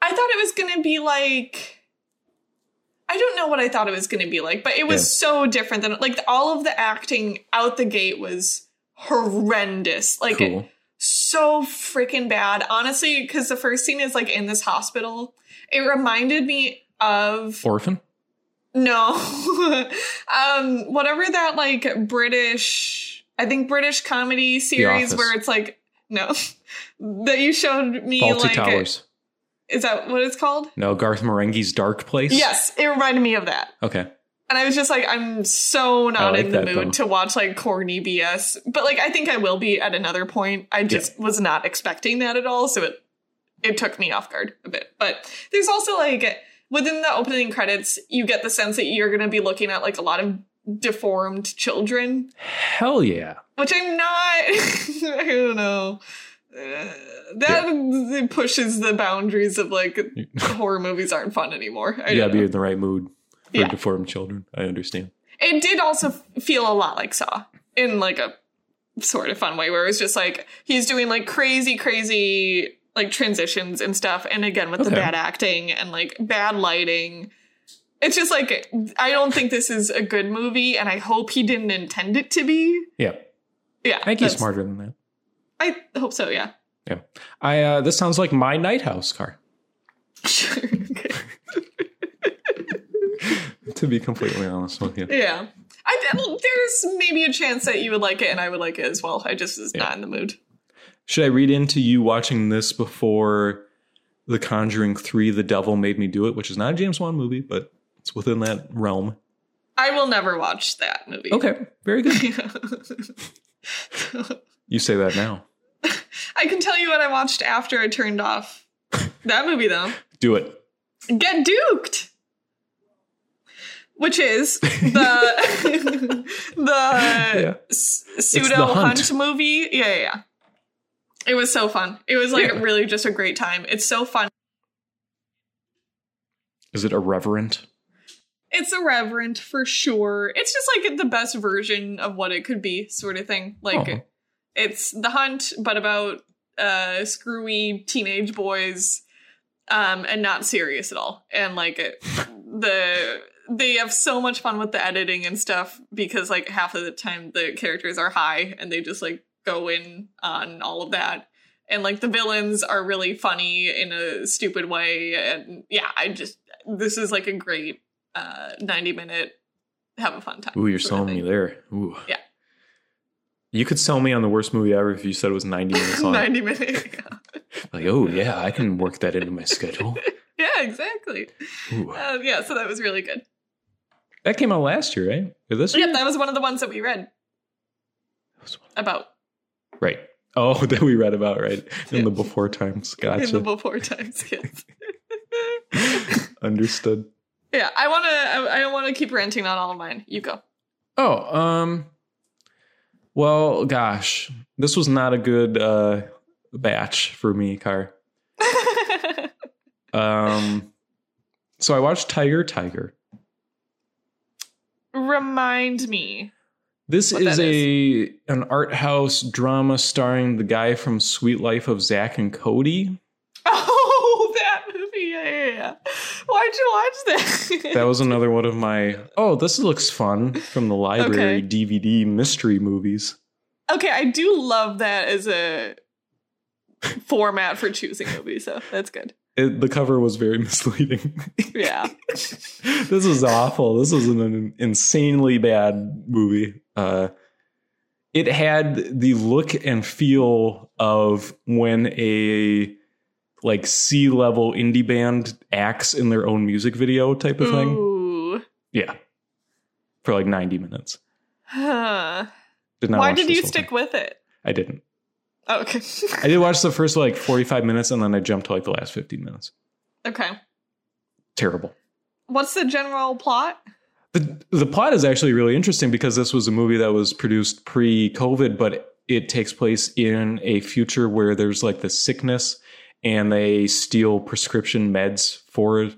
I thought it was gonna be like I don't know what I thought it was gonna be like, but it was so different than like all of the acting out the gate was horrendous. Like
cool.
so freaking bad. Honestly, because the first scene is like in this hospital. It reminded me of
Orphan.
no. um, whatever that like British, I think British comedy series
Office.
where it's like no, that you showed me
Faulty
like
Towers.
is that what it's called?
No, Garth Marenghi's Dark Place.
Yes, it reminded me of that.
Okay.
And I was just like, I'm so not
like
in the
that,
mood
though.
to watch like corny BS. But like, I think I will be at another point. I just was not expecting that at all, so it it took me off guard a bit. But there's also like within the opening credits, you get the sense that you're going to be looking at like a lot of deformed children,
Hell yeah.
which I'm not. I don't know. Uh, that it pushes the boundaries of like horror movies aren't fun anymore. I
You
don't
gotta be
know.
in the right mood for
Yeah.
deformed children. I understand.
it did also f- feel a lot like Saw in like a sort of fun way where it was just like he's doing like crazy, crazy like transitions and stuff. And again, with the
Okay.
bad acting and like bad lighting. It's just like I don't think this is a good movie, and I hope he didn't intend it to be.
Yeah.
Yeah,
I think he's
that's-
smarter than that.
I hope so. Yeah,
I uh this sounds like my night house car,
sure. okay.
to be completely honest with you.
Yeah, I, there's maybe a chance that you would like it, and I would like it as well. I just was not in the mood.
Should I read into you watching this before The Conjuring 3 The Devil Made Me Do It, which is not a James Wan movie, but it's within that realm.
I will never watch that movie.
Okay, very good. You say that now.
I can tell you what I watched after I turned off that movie, though.
Do it.
Get Duked, which is the
Yeah.
the s pseudo hunt.
Hunt.
movie. Yeah, yeah, yeah. It was so fun. It was like
Yeah.
really just a great time. It's so fun.
Is it irreverent?
It's irreverent for sure. It's just like the best version of what it could be, sort of thing. Like
Oh.
it's the hunt, but about uh screwy teenage boys, um, and not serious at all. And like it, the they have so much fun with the editing and stuff because like half of the time the characters are high and they just like go in on all of that. And like the villains are really funny in a stupid way. And yeah, I just this is like a great uh 90 minute have a fun time.
Ooh, you're
sort of
selling me
thing.
there. Ooh.
Yeah.
You could sell me on the worst movie ever if you said it was 90 minutes long.
90 minute. yeah.
Like, oh, yeah, I can work that into my schedule.
Yeah, exactly.
Ooh.
Uh, yeah, so that was really good.
That came out last year, right? Or this year?
Yep, that was one of the ones that we read about
Right. Oh, that we read about, right?
Yeah.
In the before times.
in the
Gotcha.
before times. Yes.
Understood.
yeah, I want to. I, I don't want to keep ranting on all of mine. You go.
Oh, um well, gosh. This was not a good uh batch for me, Car. Um so I watched Tiger Tiger.
Remind me.
This
What
is
that
a an art house drama starring the guy from Sweet Life of Zach and Cody.
Oh, that movie. Yeah, yeah, yeah. Why'd you watch that?
That was another one of my oh, this looks fun from the library
Okay.
DVD mystery movies.
okay, I do love that as a format for choosing movies. So that's good.
It, the cover was very misleading.
Yeah.
this is awful. This is an insanely bad movie. Uh, it had the look and feel of when a like C level indie band acts in their own music video type of thing.
Ooh.
Yeah. For like 90 minutes.
Huh.
Did not
Why
watch
did
this
you
whole
stick
thing.
with it?
I didn't.
Oh, okay.
I did watch the first like 45 minutes and then I jumped to like the last 15 minutes.
okay.
Terrible.
What's the general plot?
The the plot is actually really interesting because this was a movie that was produced pre-COVID, but it takes place in a future where there's like the sickness and they steal prescription meds for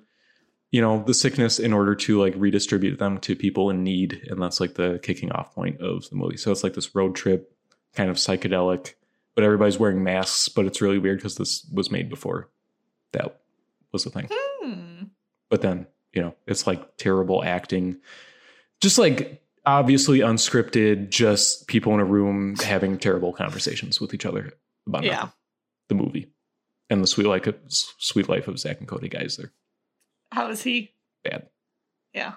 you know the sickness in order to like redistribute them to people in need and that's like the kicking off point of the movie so it's like this road trip kind of psychedelic but everybody's wearing masks but it's really weird because this was made before that was the thing
Hmm.
but then you know it's like terrible acting just like obviously unscripted just people in a room having terrible conversations with each other about
Yeah.
nothing. the movie and the sweet life of, sweet life of zach and cody guys there
How is he?
bad
Yeah.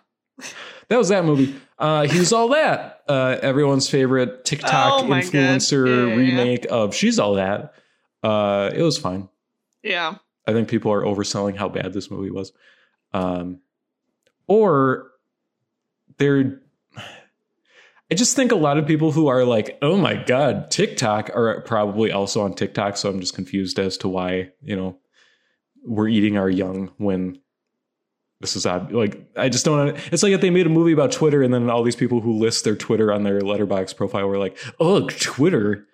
that was that movie uh he's all that uh everyone's favorite tiktok
Oh my God.
influencer
Yeah, yeah, yeah.
remake of she's all that uh it was fine
Yeah.
I think people are overselling how bad this movie was. Um, or they're. I just think a lot of people who are like, oh my God, TikTok are probably also on TikTok. So I'm just confused as to why, you know, we're eating our young when this is ob- like, I just don't. It's like if they made a movie about Twitter and then all these people who list their Twitter on their letterbox profile were like, ugh, Twitter.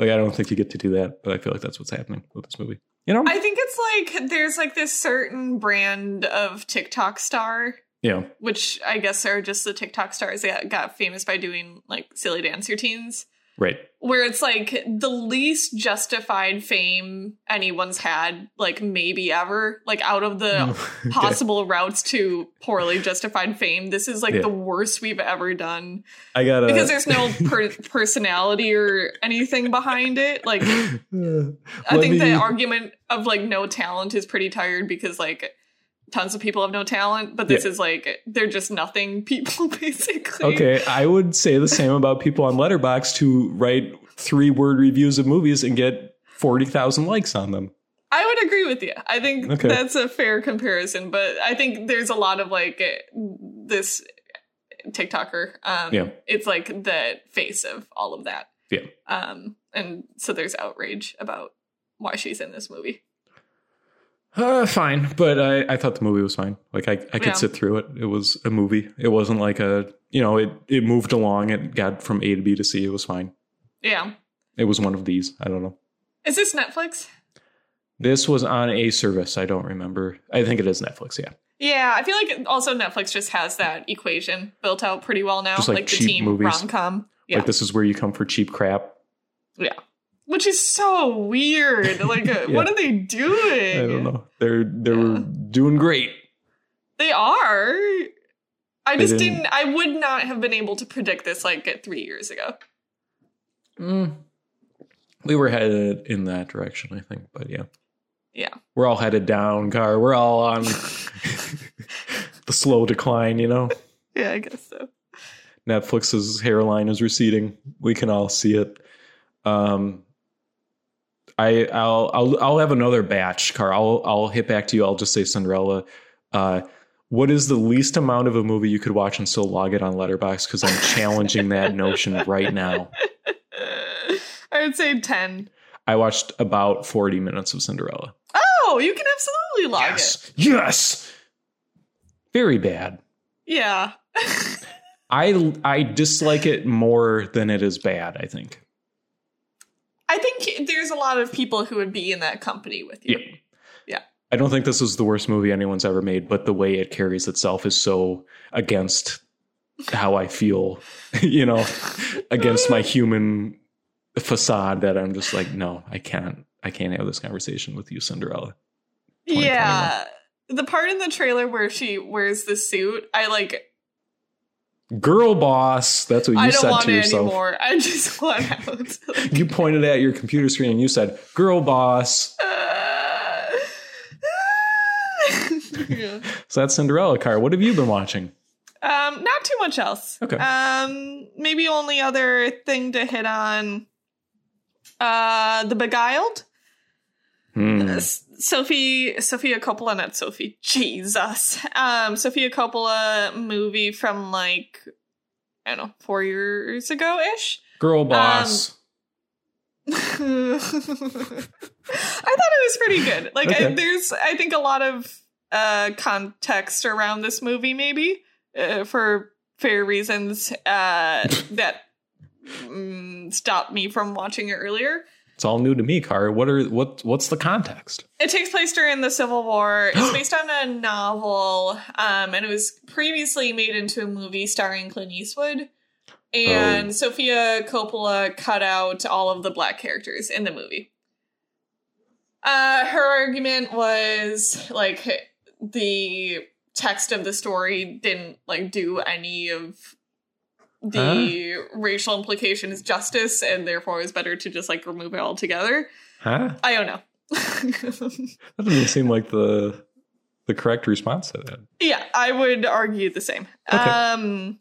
Like, I don't think you get to do that, but I feel like that's what's happening with this movie. You know?
I think it's like there's like this certain brand of TikTok star,
yeah.
which I guess are just the TikTok stars that got famous by doing like silly dance routines.
Right.
where it's like the least justified fame anyone's had, like maybe ever, like out of the
Okay.
possible routes to poorly justified fame, this is like
Yeah. Uh,
the worst we've ever done
I gotta
because there's no per- personality or anything behind it. Like, I
Let
think
me-
the argument of like no talent is pretty tired because like tons of people have no talent, but this is like they're just nothing people basically.
okay. I would say the same about people on Letterbox who write three word reviews of movies and get forty thousand likes on them.
I would agree with you. I think
Okay.
that's a fair comparison, but I think there's a lot of like eh, this TikToker. Um,
Yeah.
It's like the face of all of that.
Yeah.
Um, and so there's outrage about why she's in this movie.
Uh, fine, but I, I thought the movie was fine. Like I, I could
Yeah.
sit through it. It was a movie. It wasn't like a you know it it moved along. It got from A to B to C. It was fine.
Yeah.
It was one of these. I don't know.
Is this Netflix?
This was on a service. I don't remember. I think it is Netflix. Yeah,
Yeah, I feel like also Netflix just has that equation built out pretty well now.
Just, like,
the
cheap
team
movies.
rom com. Yeah.
like this is where you come for cheap crap.
Which is so weird. Like, uh what are they doing?
I don't know. They're they're
Yeah.
doing great.
They are. I
They
just
didn't-
didn't. I would not have been able to predict this like at three years ago.
Mm. We were headed in that direction, I think. But yeah.
Yeah.
We're all headed down, Car. We're all on the slow decline, you know?
Yeah, I guess so.
Netflix's hairline is receding. We can all see it. Um I I'll I'll I'll have another batch, Car. I'll I'll hit back to you. I'll just say Cinderella. Uh what is the least amount of a movie you could watch and still log it on Letterbox? Because I'm challenging that notion right now.
Uh, I would say ten.
I watched about 40 minutes of Cinderella.
Oh, you can absolutely log it.
yes. Yes. Very bad.
Yeah.
I I dislike it more than it is bad, I think.
I think there's a lot of people who would be in that company with you. Yeah.
I don't think this is the worst movie anyone's ever made, but the way it carries itself is so against how I feel, you know, against my human facade that I'm just like, no, I can't. I can't have this conversation with you, Cinderella. 2021.
Yeah. The part in the trailer where she wears the suit, I like.
Girl boss, that's what you
I don't
said
want
to
it
yourself.
anymore. I just want out.
You pointed at your computer screen and you said, "Girl boss."
Uh, yeah.
So that's Cinderella car. What have you been watching?
Um, not too much else.
Okay.
Um, maybe only other thing to hit on. Uh, the Beguiled.
Hmm.
S- Sophie Sophia Coppola, not Sophie. Jesus. Um, Sophia Coppola movie from like I don't know four years ago ish.
Girl boss.
I thought it was pretty good. Like, I,
Okay.
there's, I think, a lot of uh, context around this movie, maybe uh, for fair reasons uh, that mm, stopped me from watching it earlier.
it's all new to me, Car. What are what what's the context?
It takes place during the Civil War. It's based on a novel, um, and it was previously made into a movie starring Clint Eastwood. And
Oh.
Sophia Coppola cut out all of the black characters in the movie. Uh, her argument was like the text of the story didn't like do any of the racial implications justice, and therefore it was better to just like remove it altogether.
Huh?
I don't know.
That doesn't seem like the the correct response to that.
Yeah, I would argue the same.
Okay.
Um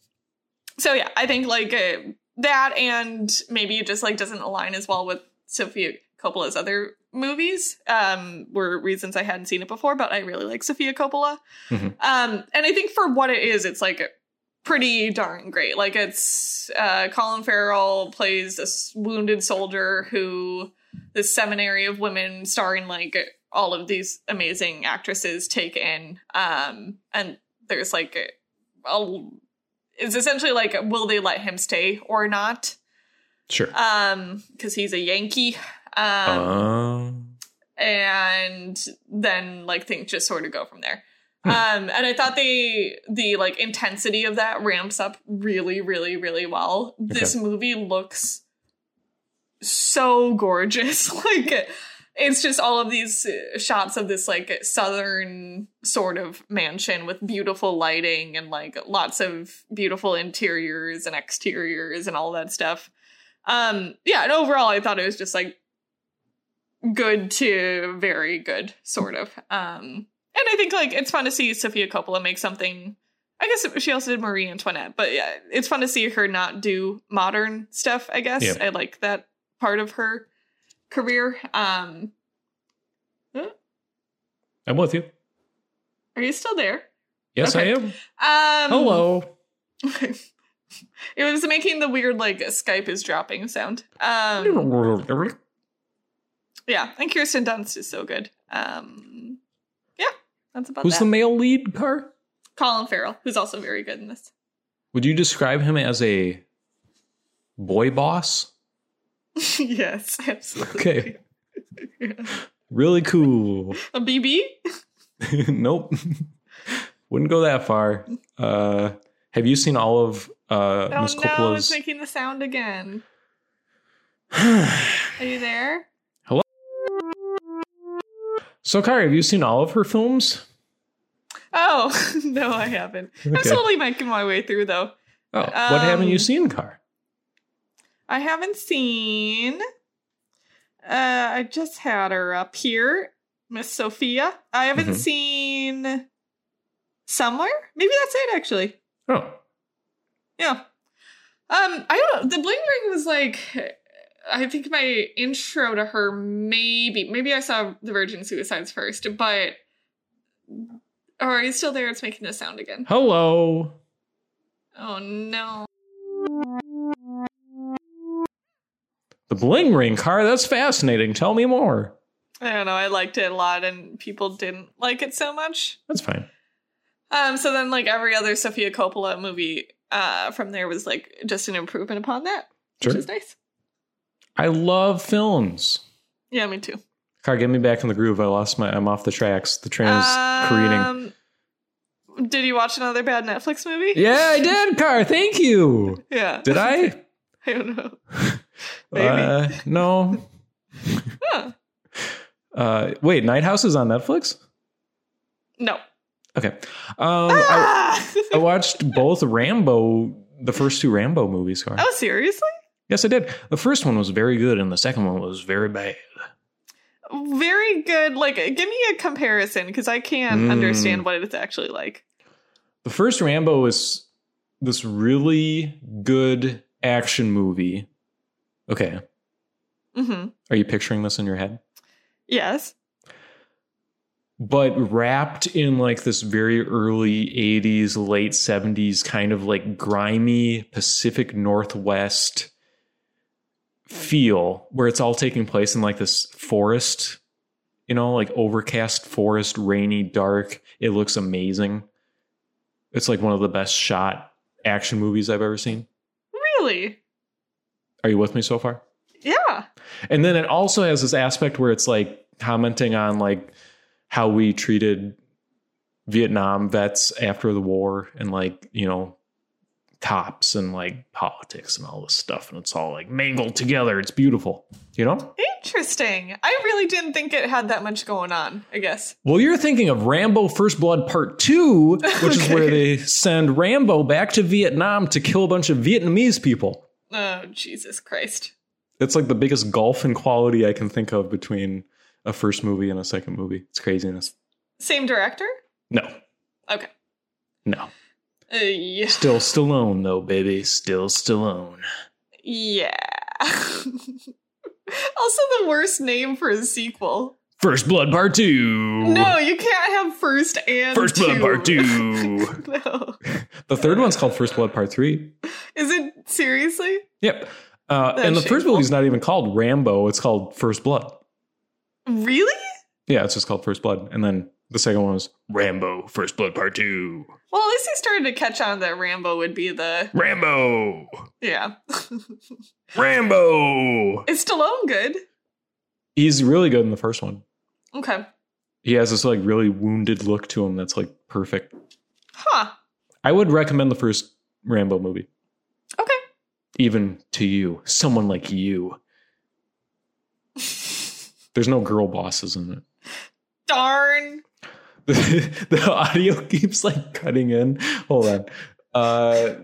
so yeah, I think like uh, that and maybe it just like doesn't align as well with Sophia Coppola's other movies. Um were reasons I hadn't seen it before, but I really like Sophia Coppola.
Mhm.
Um and I think for what it is, it's like pretty darn great. Like it's uh Colin Farrell plays a s- wounded soldier who this seminary of women starring like all of these amazing actresses take in um and there's like a, a it's essentially like will they let him stay or not
Sure.
um because he's a yankee um
Um,
and then like things just sort of go from there
Hmm.
um and i thought they the like intensity of that ramps up really really really well this movie looks so gorgeous like it's just all of these uh, shots of this like southern sort of mansion with beautiful lighting and like lots of beautiful interiors and exteriors and all that stuff um yeah and overall i thought it was just like good to very good sort of um and i think like it's fun to see sophia coppola make something i guess she also did marie antoinette but yeah it's fun to see her not do modern stuff i guess
Yeah.
i like that part of her career um
I'm with you.
are you still there
Yes,
Okay.
I am.
um
Hello.
it was making the weird like skype is dropping sound um yeah and kirsten dunst is so good um yeah that's about
Who's
that
the male lead, Car?
colin farrell who's also very good in this
Would you describe him as a boy boss?
yes, absolutely.
Okay. Really cool.
A BB?
nope. Wouldn't go that far. Uh, have you seen all of uh,
Oh
Miss
no, it's
Coppola's?
making the sound again. Are you there?
so, Car, have you seen all of her films?
Oh, no, I haven't. I'm
Okay.
slowly making my way through though.
Oh, what haven't
Um,
you seen, Car?
I haven't seen uh I just had her up here. Miss Sophia. I haven't
Mhm.
seen somewhere? Maybe that's it actually.
Oh,
Yeah. Um, I don't know. The bling ring was like I think my intro to her maybe maybe I saw the Virgin Suicides first, but oh, are you still there? It's making a sound again.
hello.
Oh no.
The bling ring, Car. That's fascinating. Tell me more.
I don't know. I liked it a lot and people didn't like it so much.
That's fine.
Um, so then like every other Sofia Coppola movie uh from there was like just an improvement upon that,
Sure.
which is nice.
I love films.
Yeah, me too.
Car, get me back in the groove. I lost my. I'm off the tracks. The train is careening.
Um, did you watch another bad Netflix movie?
Yeah, I did, Car. Thank you.
Yeah.
Did I?
I don't know. Maybe.
Uh, no.
Huh.
Uh, wait, Night House is on Netflix.
No.
Okay. Um, I,
Ah!
I watched both Rambo, the first two Rambo movies, Car.
oh, seriously?
Yes, I did. The first one was very good, and the second one was very bad.
Very good. Like, give me a comparison because I can't
Mm.
understand what it's actually like.
The first Rambo is this really good action movie. Okay.
Mm-hmm.
Are you picturing this in your head?
Yes.
But wrapped in like this very early 80s, late 70s kind of like grimy Pacific Northwest feel where it's all taking place in like this forest, you know, like overcast forest, rainy, dark. It looks amazing. It's like one of the best shot action movies I've ever seen.
Really?
Are you with me so far?
Yeah.
And then it also has this aspect where it's like commenting on like how we treated Vietnam vets after the war and like, you know, cops and like politics and all this stuff and it's all like mangled together. It's beautiful, you know?
Interesting. I really didn't think it had that much going on, I guess.
Well, you're thinking of Rambo First Blood Part 2, which is
Okay.
where they send Rambo back to Vietnam to kill a bunch of Vietnamese people.
Oh, Jesus Christ.
It's like the biggest gulf in quality I can think of between a first movie and a second movie. It's craziness.
Same director?
No,
Okay.
no.
Uh, yeah.
Still Stallone, though, baby. Still Stallone.
Yeah. also, the worst name for a sequel.
First Blood Part 2.
No, you can't have first and
First Blood
two.
Part 2.
no.
the third one's called First Blood Part 3.
Is it seriously?
Yep. Uh,
That's
and the first
shameful.
movie's not even called Rambo. It's called First Blood.
Really?
Yeah, it's just called First Blood. And then the second one was Rambo First Blood Part 2.
Well, at least he started to catch on that Rambo would be the
Rambo!
yeah.
Rambo!
Is Stallone good?
He's really good in the first one.
Okay.
He has this like really wounded look to him that's like perfect.
Huh.
I would recommend the first Rambo movie.
Okay.
even to you, someone like you. There's no girl bosses in it.
Darn.
The, audio keeps like cutting in. Hold on. Uh,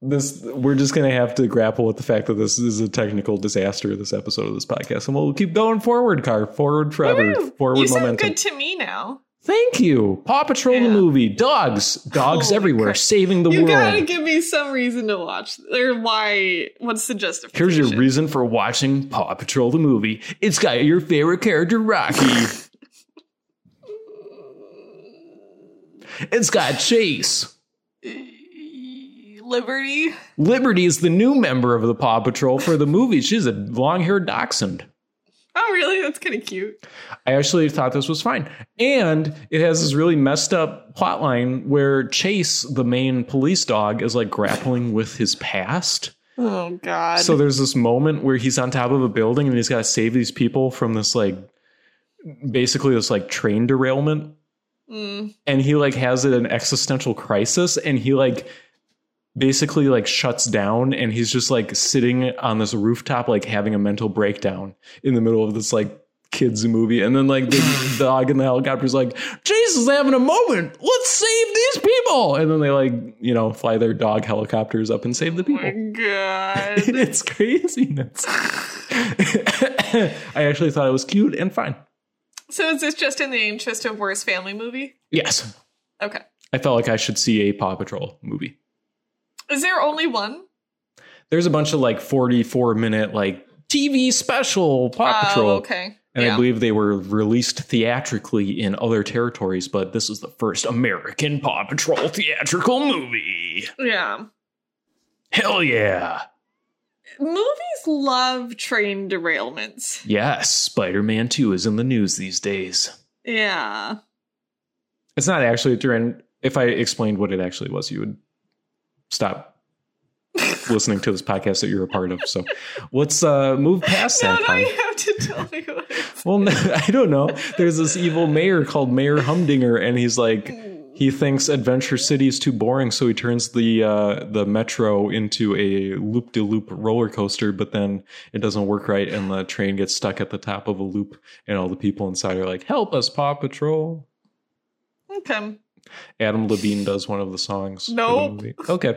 this we're just gonna have to grapple with the fact that this is a technical disaster. This episode of this podcast, and we'll keep going forward, car forward forever,
Woo!
forward
you sound
momentum.
good to me now.
Thank you, Paw Patrol the
Yeah.
movie, dogs, dogs
Holy
everywhere,
crap.
saving the
you
world.
gotta give me some reason to watch or why. What's the justification?
Here's your reason for watching Paw Patrol the movie. It's got your favorite character, Rocky. it's got Chase.
Eh, Liberty.
Liberty is the new member of the Paw Patrol for the movie. She's a long haired dachshund.
Oh, really? That's kind of cute.
I actually thought this was fine. And it has this really messed up plot line where Chase, the main police dog, is like grappling with his past.
Oh God.
So there's this moment where he's on top of a building and he's got to save these people from this like basically this like train derailment
Mm.
and he like has it an existential crisis and he like basically like shuts down and he's just like sitting on this rooftop like having a mental breakdown in the middle of this like kids movie and then like the dog in the helicopter's like jesus having a moment let's save these people and then they like you know fly their dog helicopters up and save the
Oh
people
my God.
it's craziness. I actually thought it was cute and fine.
so is this just in the interest of worst family movie?
Yes.
Okay.
I felt like I should see a Paw Patrol movie.
Is there only one?
There's a bunch of like 44 minute like TV special Paw Patrol.
Oh, okay.
And I
yeah.
believe they were released theatrically in other territories, but this is the first American Paw Patrol theatrical movie.
yeah.
Hell yeah.
Movies love train derailments.
Yes, Spider Man 2 is in the news these days.
Yeah.
It's not actually during. If I explained what it actually was, you would stop listening to this podcast that you're a part of. So let's uh, move past
No,
that.
now
part.
you have to tell me what it's.
Well, no, I don't know. There's this evil mayor called Mayor Humdinger, and he's like, he thinks Adventure City is too boring, so he turns the uh, the metro into a loop de loop roller coaster. But then it doesn't work right, and the train gets stuck at the top of a loop, and all the people inside are like, "Help us, Paw Patrol!"
Okay.
Adam Levine does one of the songs. for the
Nope.
movie. Okay.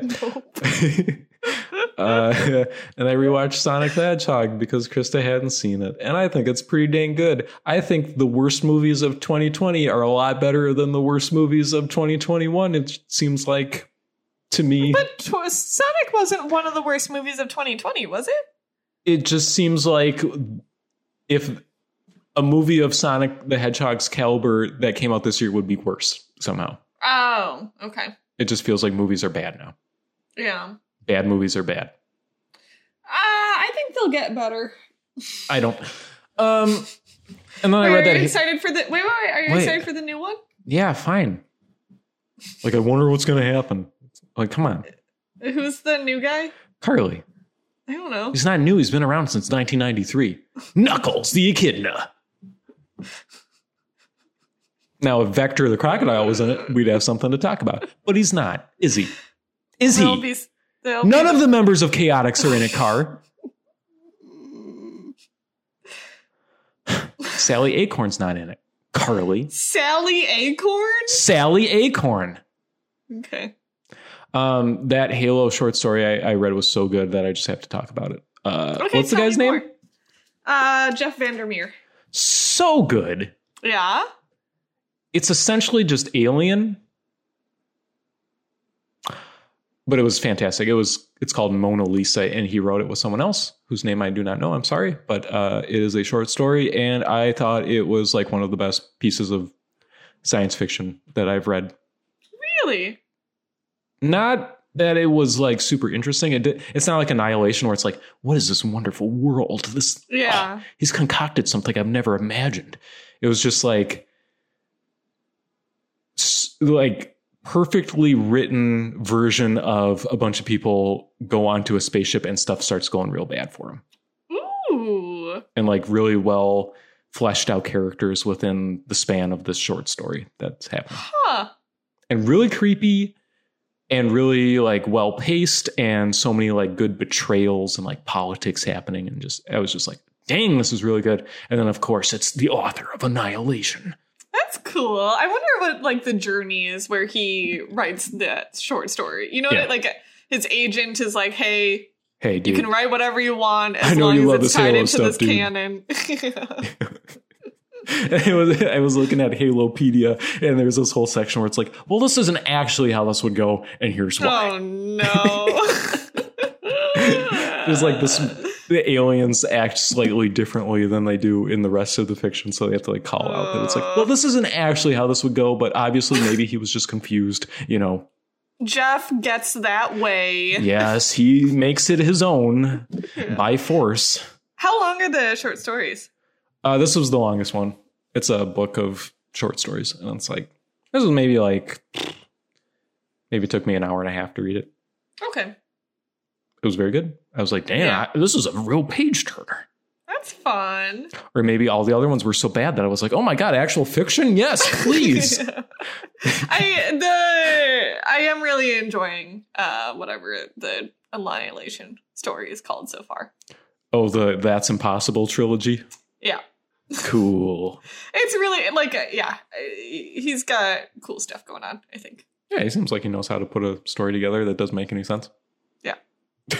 Nope.
uh, and I rewatched Sonic the Hedgehog because Krista hadn't seen it, and I think it's pretty dang good. I think the worst movies of 2020 are a lot better than the worst movies of 2021. It seems like to me.
But tw- Sonic wasn't one of the worst movies of 2020, was it?
it just seems like if a movie of Sonic the Hedgehog's caliber that came out this year would be worse somehow.
Oh, okay.
It just feels like movies are bad now.
Yeah. Uh,
Bad movies are bad.
I think they'll get better.
I don't. Um, and then I
Wait,
read
are
that.
you excited for the wait, wait, wait, are you
Wait.
excited for the new one?
yeah, fine. Like I wonder what's going to happen. Like, come on,
Who's the new guy?
Carly.
I don't know.
He's not new. He's been around since 1993. Knuckles the Echidna. Now, if Vector the crocodile was in it, we'd have something to talk about. But he's not, is he? Is he?
They'll be, they'll
None
be-
of the members of Chaotix are in a car. Sally Acorn's not in it. Carly.
Sally Acorn.
Sally Acorn.
Okay.
Um, that Halo short story I, I read was so good that I just have to talk about it. Uh,
Okay.
what's the
tell
guy's
me
name?
more. Uh, Jeff Vandermeer.
So good.
Yeah.
It's essentially just Alien, but it was fantastic. It was. It's called Mona Lisa, and he wrote it with someone else whose name I do not know. I'm sorry, but uh, it is a short story, and I thought it was like one of the best pieces of science fiction that I've read.
Really?
Not that it was like super interesting. It did, it's not like Annihilation where it's like, what is this wonderful world? This
Yeah.
he's concocted something I've never imagined. It was just like, s- like perfectly written version of a bunch of people go onto a spaceship and stuff starts going real bad for them,
Ooh.
and like really well fleshed out characters within the span of this short story that's happening,
Huh.
and really creepy. And really like well paced, and so many like good betrayals and like politics happening, and just I was just like, dang, this is really good. And then of course it's the author of Annihilation.
That's cool. I wonder what like the journey is where he writes that short story. You know,
Yeah.
what like his agent is like, "Hey,
Hey,
you
dude,
can write whatever you want as
I know
long
you
as
love
it's
this
tied
Halo
into
stuff,
this
dude."
canon."
I was I was looking at Halopedia, and there's this whole section where it's like, well, this isn't actually how this would go, and here's why.
oh no.
There's like this, the aliens act slightly differently than they do in the rest of the fiction, so they have to like call out that it's like, well, this isn't actually how this would go, but obviously maybe he was just confused, you know.
Jeff gets that way.
Yes, he makes it his own by force.
How long are the short stories?
Uh, this was the longest one. It's a book of short stories, and it's like this was maybe like maybe it took me an hour and a half to read it.
Okay.
It was very good. I was like, damn,
Yeah.
I- this is a real page turner.
That's fun.
Or maybe all the other ones were so bad that I was like, oh my god, actual fiction? Yes, please.
I the I am really enjoying uh whatever the annihilation story is called so far.
oh, the That's Impossible trilogy.
Yeah.
Cool.
It's really like uh, yeah, uh, he's got cool stuff going on, I think.
Yeah, he seems like he knows how to put a story together that doesn't make any sense.
Yeah.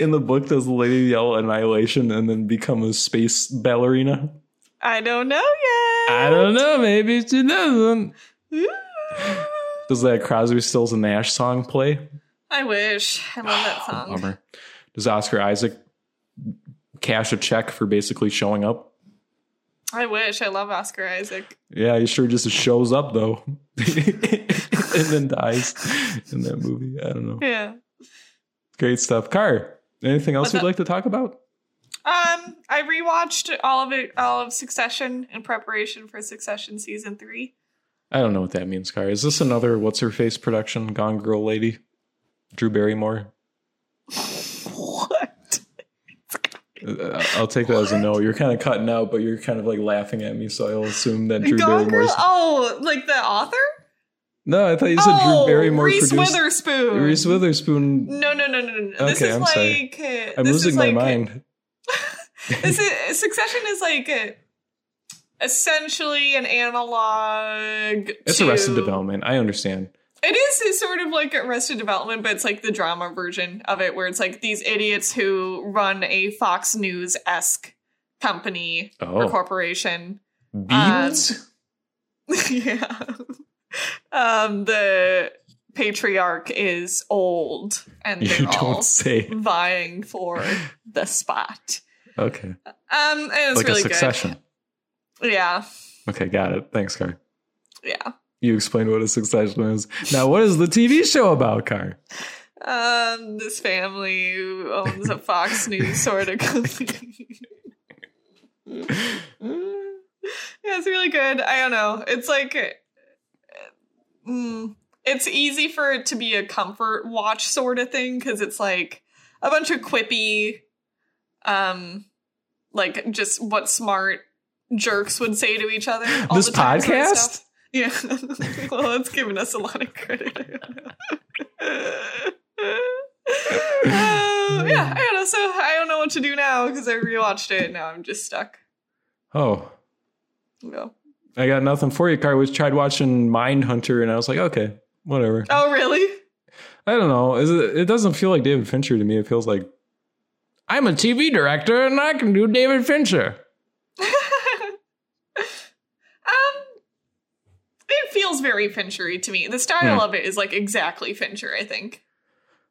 In the book, does the lady yell annihilation and then become a space ballerina?
I don't know yet.
I don't know. Maybe she doesn't.
Ooh.
Does that Crosby, Stills, and Nash song play?
I wish. I love that song.
Bummer. Does Oscar Isaac cash a check for basically showing up?
I wish. I love Oscar Isaac.
Yeah, he sure just shows up though, and then dies in that movie. I don't know.
Yeah.
Great stuff, Car. Anything else
What's
you'd
up?
like to talk about?
Um, I rewatched all of it, all of Succession in preparation for Succession season three.
I don't know what that means, Car. Is this another what's her face production? Gone Girl Lady, Drew Barrymore.
What?
Uh, I'll take that as a no. You're kind of cutting out, but you're kind of like laughing at me, so I'll assume that Drew
Gone Girl?
Barrymore's.
Oh, like the author?
No, I thought you said
oh,
Drew Barrymore
Reese
produced
Witherspoon.
Reese Witherspoon.
No, no, no, no, no. no. this
Okay,
is
I'm
like
sorry.
uh,
I'm
this
losing
is
my
like,
mind.
This is Succession is like uh, essentially an analog.
It's
to,
Arrested Development. I understand.
It is it's sort of like Arrested Development, but it's like the drama version of it, where it's like these idiots who run a Fox News esque company or
Oh,
corporation.
beans.
yeah. um, the patriarch is old and they're
You
all
don't say.
vying for the spot.
Okay.
Um, and it's
like
really
a succession.
good. Yeah,
Okay, got it. Thanks, Car.
yeah.
You explained what a succession is. Now, what is the TV show about, Car?
Um, this family who owns a Fox News sort of company. Yeah, it's really good. I don't know. It's like, uh, mm, it's easy for it to be a comfort watch sort of thing because it's like a bunch of quippy, um, like just what smart jerks would say to each other. All
This
the time sort of
podcast?
stuff. Yeah. well, it's giving us a lot of credit. Uh, yeah, I don't know. So I don't know what to do now because I rewatched it and now I'm just stuck.
Oh,
No.
I got nothing for you, Car. We tried watching Mindhunter, and I was like, okay, whatever.
Oh, really?
I don't know. Is it, it doesn't feel like David Fincher to me. It feels like I'm a TV director and I can do David Fincher.
um, it feels very Finchery to me. The style
Hmm.
of it is like exactly Fincher, I think.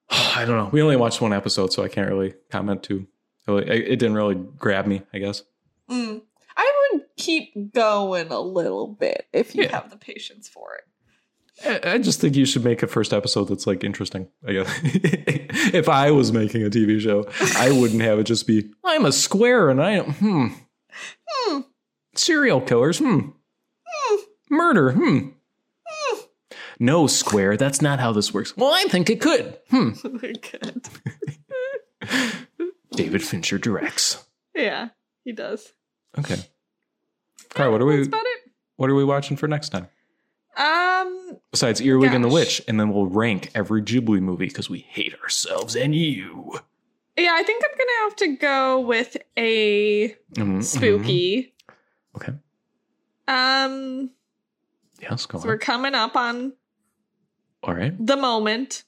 I don't know. We only watched one episode, so I can't really comment too. So It it didn't really grab me, I guess.
Mm. I would keep going a little bit if you
Yeah.
have the patience for it.
I I just think you should make a first episode that's like interesting. I guess if I was making a TV show, I wouldn't have it just be I'm a square and I am hmm
Hmm.
serial killers hmm murder hmm no square that's not how this works. Well, I think it could hmm.
Oh my God.
David Fincher directs.
Yeah, he does.
Okay, Car, what are we
That's about it.
what are we watching for next time
Um,
besides Earwig and the
Gosh.
Witch? And then we'll rank every Ghibli movie because we hate ourselves and you.
yeah, I think I'm gonna have to go with a
Mhm, mhm.
spooky.
Okay.
Um,
Mm-hmm. Yes, go
so we're
on.
coming up on
All right.
the moment.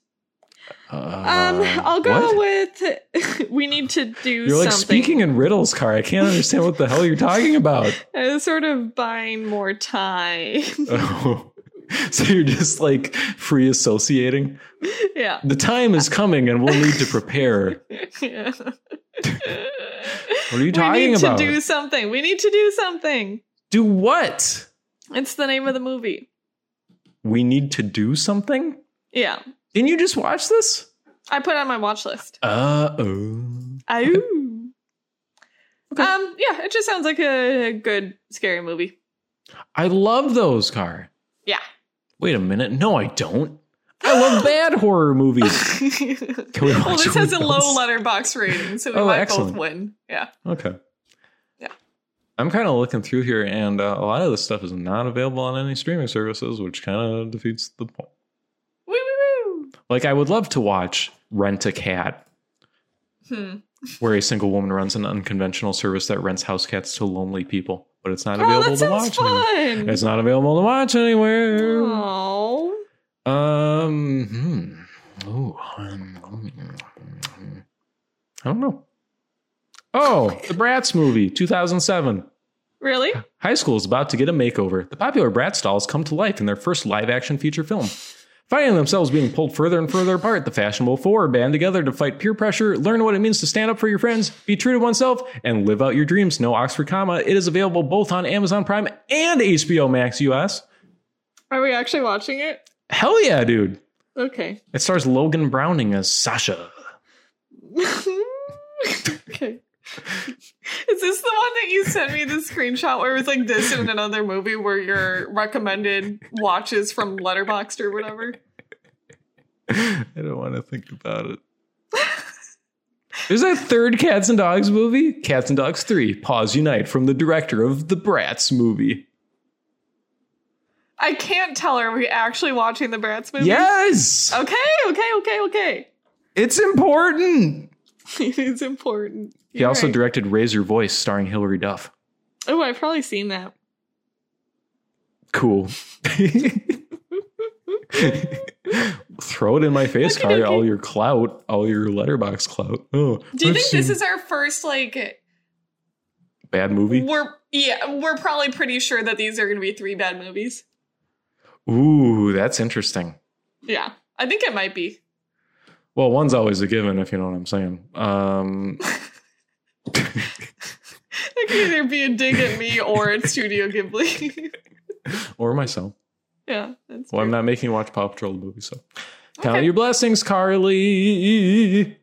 Um,
Uh,
I'll go
what?
with we need to do
You're like
something.
speaking in riddles, Car. I can't understand what the hell you're talking about.
Uh, sort of buying more time.
Oh. So you're just like free associating.
yeah.
The time is coming, and we'll need to prepare.
yeah.
What are you
we
talking
need
about?
to do
Do,
something. We need to do something.
what?
It's the name of the movie.
We need to do something.
Yeah.
Didn't you just watch this?
I put it on my watch list.
Uh oh.
I Um yeah, it just sounds like a good scary movie.
I love those, Car.
Yeah.
Wait a minute. No, I don't. I love bad horror movies. Can we
well,
watch
this has a
one of
low
those?
letterbox rating, so we
Oh,
might
excellent.
both win. Yeah.
Okay.
Yeah.
I'm kind of looking through here, and uh, a lot of this stuff is not available on any streaming services, which kind of defeats the point.
Woo woo
Like, I would love to watch Rent a Cat,
woo. Hmm.
where a single woman runs an unconventional service that rents house cats to lonely people, but it's not
Oh,
available
that
to
sounds
watch. anywhere.
fun.
It's not available to watch anywhere.
Aw.
Um. Hmm. Ooh. um, I don't know. Oh, the Bratz movie, 2007.
Really?
High school is about to get a makeover. The popular Bratz dolls come to life in their first live action feature film. Finding themselves being pulled further and further apart, the fashionable four band together to fight peer pressure, learn what it means to stand up for your friends, be true to oneself, and live out your dreams. No Oxford comma. It is available both on Amazon Prime and HBO Max US.
Are we actually watching it?
Hell yeah, dude.
Okay.
It stars Logan Browning as Sasha.
okay. Is this the one that you sent me the screenshot where it was like this and another movie where your recommended watches from Letterboxd or whatever?
I don't want to think about it. There's that third Cats and Dogs movie, Cats and Dogs 3, Pause Unite, from the director of the Bratz movie.
I can't tell. Are we actually watching the Bratz movie?
Yes!
Okay, okay, okay, okay.
It's important!
it's important.
He
You're
also
right.
directed Raise Your Voice, starring Hilary Duff.
Oh, I've probably seen that.
Cool. Throw it in my face,
Okie
Kari,
dokie.
all your clout, all your letterbox clout. Oh,
Do you
I've
think this
seen
is our first like
bad movie?
we're yeah, we're probably pretty sure that these are gonna be three bad movies.
Ooh, that's interesting.
Yeah, I think it might be.
Well, one's always a given, if you know what I'm saying. Um,
It could either be a dig at me or at Studio Ghibli.
or myself.
yeah, that's
Well, I'm
true.
not making you watch Paw Patrol the movie, so.
Okay.
Count your blessings, Carly.